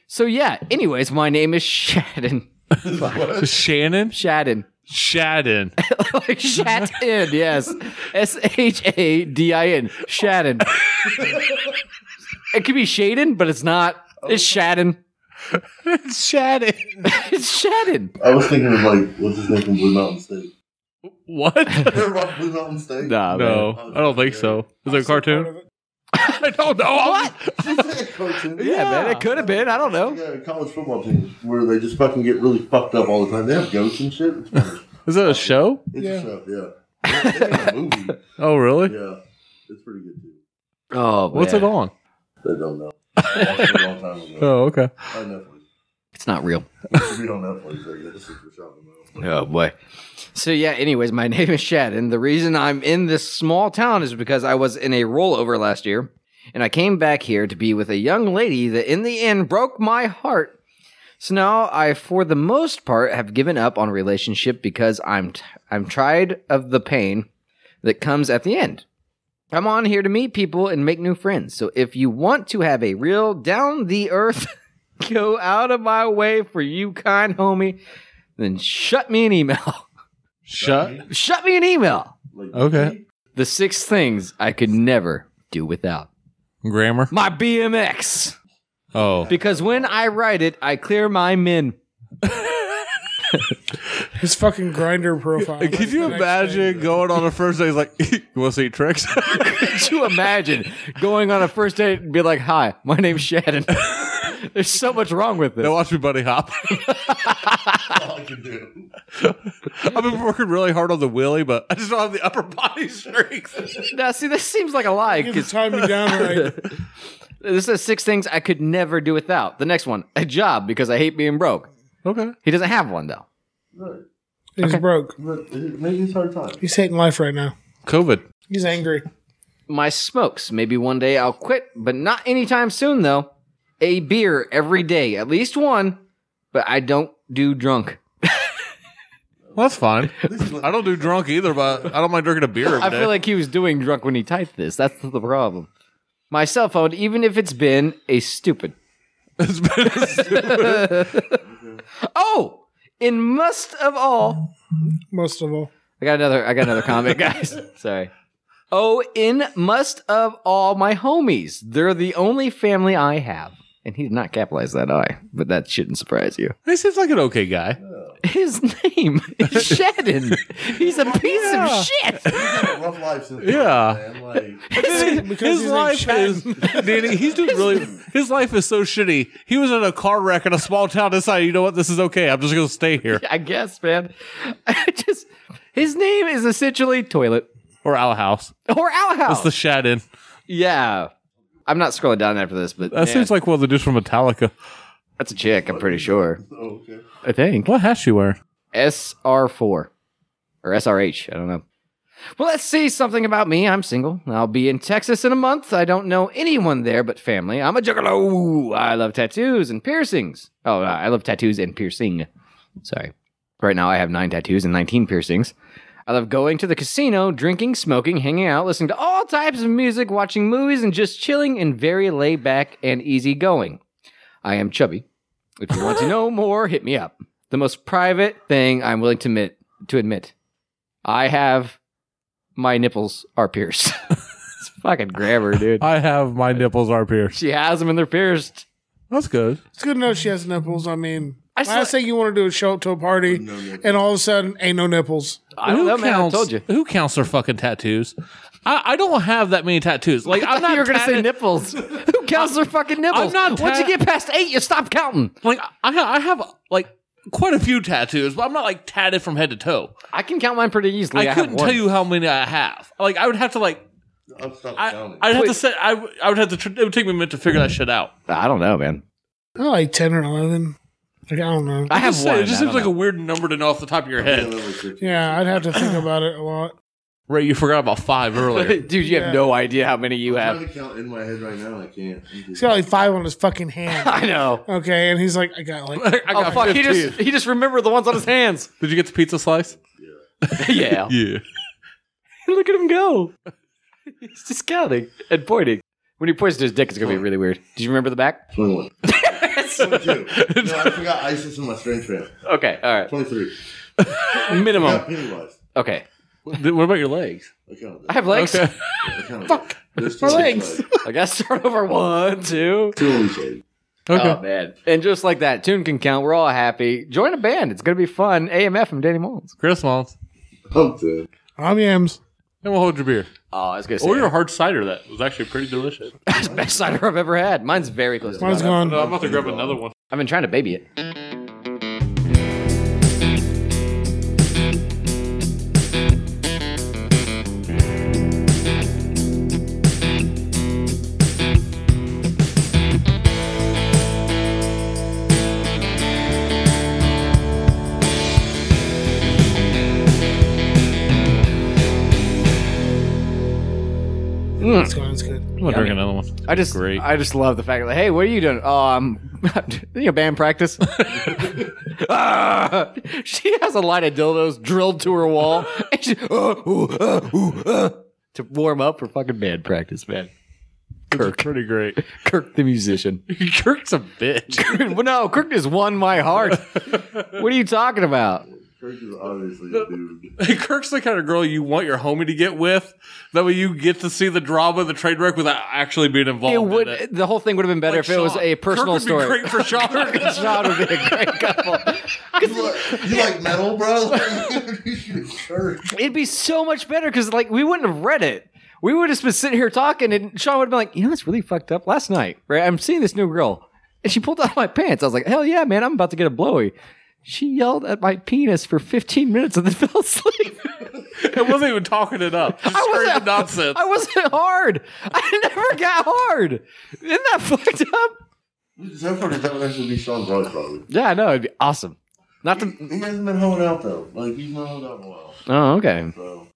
So yeah. Anyways, my name is Shadden.
Shannon,
Shadden.
Shadden.
like Shadin, yes. S H A D I N. Shadin. it could be Shaden, but it's not. It's Shadin.
Shadden.
It's Shadin.
I was thinking of like, what's his name from Blue Mountain State?
What?
Remember about Blue Mountain State?
Nah, man.
No, I don't think so. Is it a cartoon? I don't know. What?
It's a cartoon.
Yeah, man, it could have been. I don't know.
Yeah, college football teams where they just fucking get really fucked up all the time. They have goats and shit. It's, funny.
Is that a show?
it's
Yeah.
a show, yeah. It ain't a movie.
Oh, really?
Yeah, it's pretty good too.
Oh,
What's it
man.
on?
They don't know. I watched it a long time ago.
Oh, okay.
On Netflix.
It's not real.
It should be on Netflix. I guess. It's for shopping though.
Oh boy. So yeah, anyways, my name is Shad, and the reason I'm in this small town is because I was in a rollover last year, and I came back here to be with a young lady that in the end broke my heart. So now I, for the most part, have given up on relationship because I'm t- I'm tired of the pain that comes at the end. I'm on here to meet people and make new friends. So if you want to have a real down the earth, go out of my way for you, kind homie then shut me an email.
Shut.
shut me an email.
Like,
Okay.
The six things I could never do without
Grammar.
my BMX.
Oh.
Because when I ride it, I clear my min.
His fucking grinder profile.
Could you imagine going on a first date? He's like, you want to see tricks?
Could you imagine going on a first date and be like, "Hi, my name's Shannon." There's so much wrong with this.
now watch me buddy hop.
That's all I can do.
I've been working really hard on the wheelie, but I just don't have the upper body strength.
now, see, this seems like a lie.
You can
'cause
time me down right.
This says six things I could never do without. The next one, a job because I hate being broke.
Okay.
He doesn't have one though.
Right.
He's broke.
But it- maybe it's hard time.
He's hating life right now.
COVID.
He's angry.
my smokes. Maybe one day I'll quit, but not anytime soon, though. A beer every day, at least one, but I don't do drunk.
Well, that's fine. I don't do drunk either, but I don't mind drinking a beer every
I
day.
feel like he was doing drunk when he typed this. That's the problem. My cell phone, even if it's been a stupid.
It's been-
Oh, and most of all,
Most of all,
I got another. I got another comment, guys. Sorry. Oh, in must of all my homies, they're the only family I have. And he did not capitalize that I, but that shouldn't surprise you.
he seems like an okay guy.
His name is Shannon. He's a piece
Yeah.
of shit.
He's had a rough life since.
Yeah.
Man. Like,
because
his
he's like
life is Danny, he's doing really his life is so shitty. He was in a car wreck in a small town decided, you know what, this is okay. I'm just gonna stay here.
I guess, man. I just his name is essentially toilet
Or our house.
or outhouse.
That's the shat in.
yeah. I'm not scrolling down after this, but
That
man,
seems like one of the dudes from Metallica.
that's a chick. I'm pretty sure.
oh, okay.
I think
What hat she wearing?
SR4 or SRH. I don't know. Well, let's see something about me. I'm single. I'll be in Texas in a month. I don't know anyone there but family. I'm a juggalo. I love tattoos and piercings. Oh, I love tattoos and piercing. Sorry. Right now, I have nine tattoos and 19 piercings. I love going to the casino, drinking, smoking, hanging out, listening to all types of music, watching movies, and just chilling and very laid back and easygoing. I am chubby. If you want to know more, hit me up. The most private thing I'm willing to admit to admit. I have my nipples are pierced. it's fucking grammar, dude.
I have my nipples are pierced.
She has them and they're pierced.
That's good.
It's good enough she has nipples. I mean,
I
last thing you want to do is show up to a party and all of a sudden ain't no nipples.
I don't know, man. I told you.
Who counts their fucking tattoos? I, I don't have that many tattoos. Like I'm not.
you were gonna say
tatted-
nipples. Who counts their fucking nipples?
not
Once you
ta-
get past eight, you stop counting.
Like I, ha- I have like quite a few tattoos, but I'm not like tatted from head to toe.
I can count mine pretty easily.
I
have
couldn't
one.
tell you how many I have. Like I would have to like
I'm stopped
I,
counting.
I'd have to
Wait.
say I, w- I would have to. Tr- it would take me a minute to figure that shit out.
I don't know, man.
I like 10 or 11. Like, I don't know.
I have
Just say-
one.
It just
I don't
seems like
know.
a weird number to know off the top of your
Yeah,
head.
that was it.
Yeah, I'd have to think about it a lot.
Ray, you forgot about five earlier.
Dude, you
Yeah.
have no idea how many you
I'm
have.
trying to count in my head right now. I can't.
He's got like five on his fucking hand.
I know.
Okay, and he's like, I got like,
I
Oh
got
fuck! He
15.
just he just remembered the ones on his hands.
Did you get the pizza slice?
yeah.
Yeah.
Look at him go. He's just counting and pointing. When he points to his dick, it's gonna be really weird. Did you remember the back?
21. 22. No, I forgot ISIS in my strange fan.
Okay. All right.
23. I got
Minimum.
Pennywise.
Okay.
What about your legs?
I counted
I
that.
have legs.
Okay.
I counted Fuck. There's two
My
on each
legs.
leg.
I gotta start over. One, two.
Two on each leg.
Okay.
Oh man! And just like that, tune can count. We're all happy. Join a band. It's gonna be fun. AMF from Danny Mullins.
Chris Mullins.
I'm dead.
I'm yams.
And we'll hold your beer.
Oh, I was gonna say
Or your hard cider that was actually pretty delicious.
that's the best cider I've ever had. Mine's very close.
Mine's
to gone.
gone.
No, I'm about to grab another one.
I've been trying to baby it.
It's gone. It's good.
I'm gonna drink another one.
I just,
Great.
I just love the fact that hey, what are you doing? Oh, I'm, you know, band practice. Ah! she has a line of dildos drilled to her wall, and she, "Oh, ooh, ah, ooh, ah," to warm up for fucking band practice, man. Kirk,
Pretty great.
Kirk the musician.
Kirk's a bitch.
well, no, Kirk just won my heart. what are you talking about?
Kirk is obviously a dude.
Kirk's the kind of girl you want your homie to get with. That way you get to see the drama of the trade wreck without actually being involved.
It would.
in it.
The whole thing would have been better
Like
if it was
Sean.
a personal
Kirk would
story.
Be great for Sean.
Sean would be a great couple.
You like, you like metal, bro? Kirk.
It'd be so much better because like we wouldn't have read it. We would have just been sitting here talking, and Sean would have been like, "You know, it's really fucked up." Last night, right? I'm seeing this new girl, and she pulled out my pants. I was like, "Hell yeah, man! I'm about to get a blowy." She yelled at my penis for 15 minutes and then fell asleep.
it wasn't even talking it up. Just screaming nonsense.
I wasn't hard. I never got hard. Isn't that fucked up?
So far, that would actually be Sean's wife, probably.
Yeah, I know. It'd be awesome. Not to.
He hasn't been holding out, though. Like, he's not holding out in a while.
Oh, okay.
So,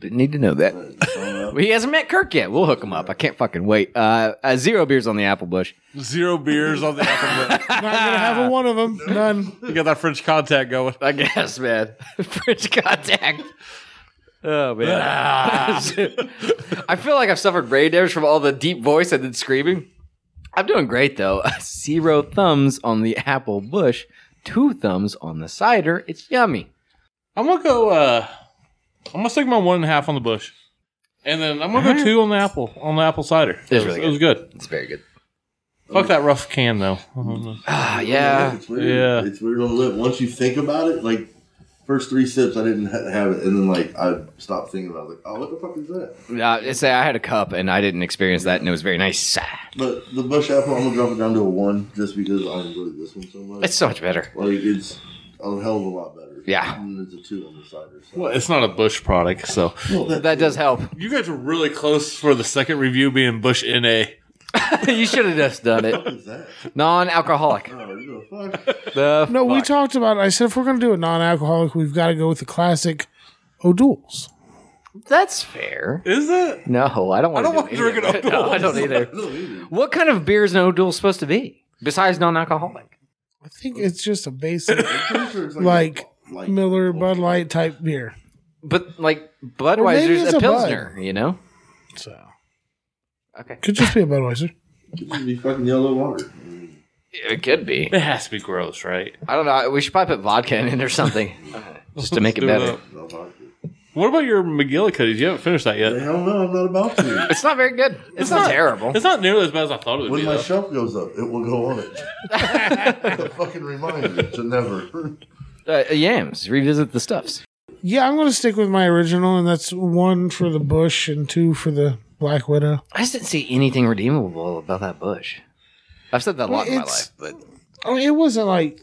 Didn't need to know that.
uh, he's holding out.
Well, he hasn't met Kirk yet. We'll hook him up. I can't fucking wait. Uh, uh, zero beers on the apple bush.
Zero beers on the alphabet.
Not gonna have a one of them. None.
You got that French contact going.
I guess, man. French contact. Oh man. I feel like I've suffered brain damage from all the deep voice and then screaming. I'm doing great though. Zero thumbs on the apple bush, two thumbs on the cider. It's yummy.
I'm gonna go. uh I'm gonna stick my one and a half on the bush, and then I'm gonna go two on the apple on the apple cider. It
was really
It was good.
It's very good.
Fuck that rough can though.
Ah, yeah.
It's weird.
Yeah.
It's weird on the lip. Once you think about it, like, first three sips, I didn't ha- have it. And then, like, I stopped thinking about it. Like, oh, what the fuck is that?
Uh, it's- I had a cup and I didn't experience that, and it was very nice. Ah,
But the bush apple, I'm going to drop it down to a one just because I enjoyed this one so much.
It's so much better.
like, it's a hell of a lot better.
Yeah.
And it's a two on the cider. So.
Well, it's not a bush product, so
Well, that-
That does help.
you guys were really close for the second review being bush na.
you should have just done
what
it.
is that?
Non-alcoholic.
Oh, you know, fuck.
The
No, we
fuck?
talked about. I said if we're gonna do a non-alcoholic, we've got to go with the classic O'Doul's.
That's fair.
Is it?
No, I don't want.
I don't want to drink an O'Doul's.
No, I don't either.
No, either.
What kind of beer is an O'Doul supposed to be besides non-alcoholic?
I think it's just a basic
Pretty sure it's
like
like
Miller Bud Light type beer.
But like
maybe
Budweiser's
it's
a,
a Bud.
pilsner, you know.
So
Okay,
could just be a Budweiser.
It should be fucking yellow water.
it could be.
It has to be gross, right?
I don't know. We should probably put vodka in it or something, just to make it better.
No vodka.
What What about your McGillicuddies? You haven't finished that yet.
Hell no, I'm not about to.
It's not very good. It's, not, terrible.
It's not nearly as bad as I thought it would
When
be.
my
though.
shelf goes up, it will go on it. a fucking reminder to never.
Uh, yams. Revisit the stuffs.
Yeah, I'm going to stick with my original, and that's one for the bush and two for the Black Widow.
I just didn't see anything redeemable about that bush. I've said that a lot in my life,
It's-
but
I mean, it wasn't like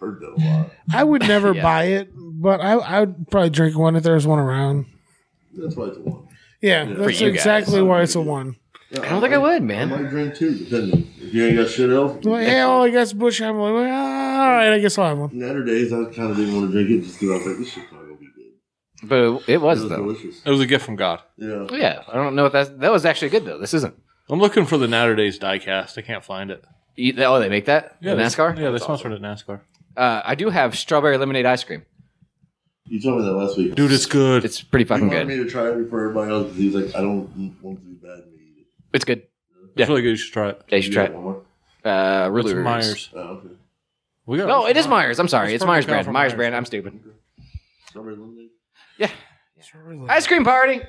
Heard that a lot.
I would never
Yeah.
buy it, but I I would probably drink one if there was one around.
That's why it's a one.
Yeah, that's
you guys.
exactly why it's a one.
I don't think I would,
I
man.
might drink two, but then if you ain't got shit else.
I'm Like, hey, oh, I guess Bush. I'm like, well, all right, I guess I'll have one.
Saturdays, I kind of didn't want to drink it just because I was like, this shit's not going to be good.
But it
It
was
was
though.
delicious.
It was a gift from God.
Yeah.
Oh, Yeah, I don't know if that that was actually good though. This isn't.
I'm looking for the Natterdays diecast. I can't find it.
You, oh, they make that
Yeah,
The
they-
NASCAR.
Yeah, they sponsored it NASCAR.
Uh, I do have strawberry lemonade ice cream.
You told me that last week.
Dude, it's good.
It's pretty
he
fucking
wanted
good.
me to try it before everybody else because he was like, I don't want to be bad and eat it.
It's good.
It's really good. You should try it.
They should
You
try
got
it.
one more?
Uh,
It's
Ruler's.
Myers.
Oh, okay.
We got
No, it is Myers. I'm sorry.
It's
It's, Myers
perfect
brand.
from
Myers
Myers.
brand. I'm stupid.
Strawberry lemonade?
Ice cream party.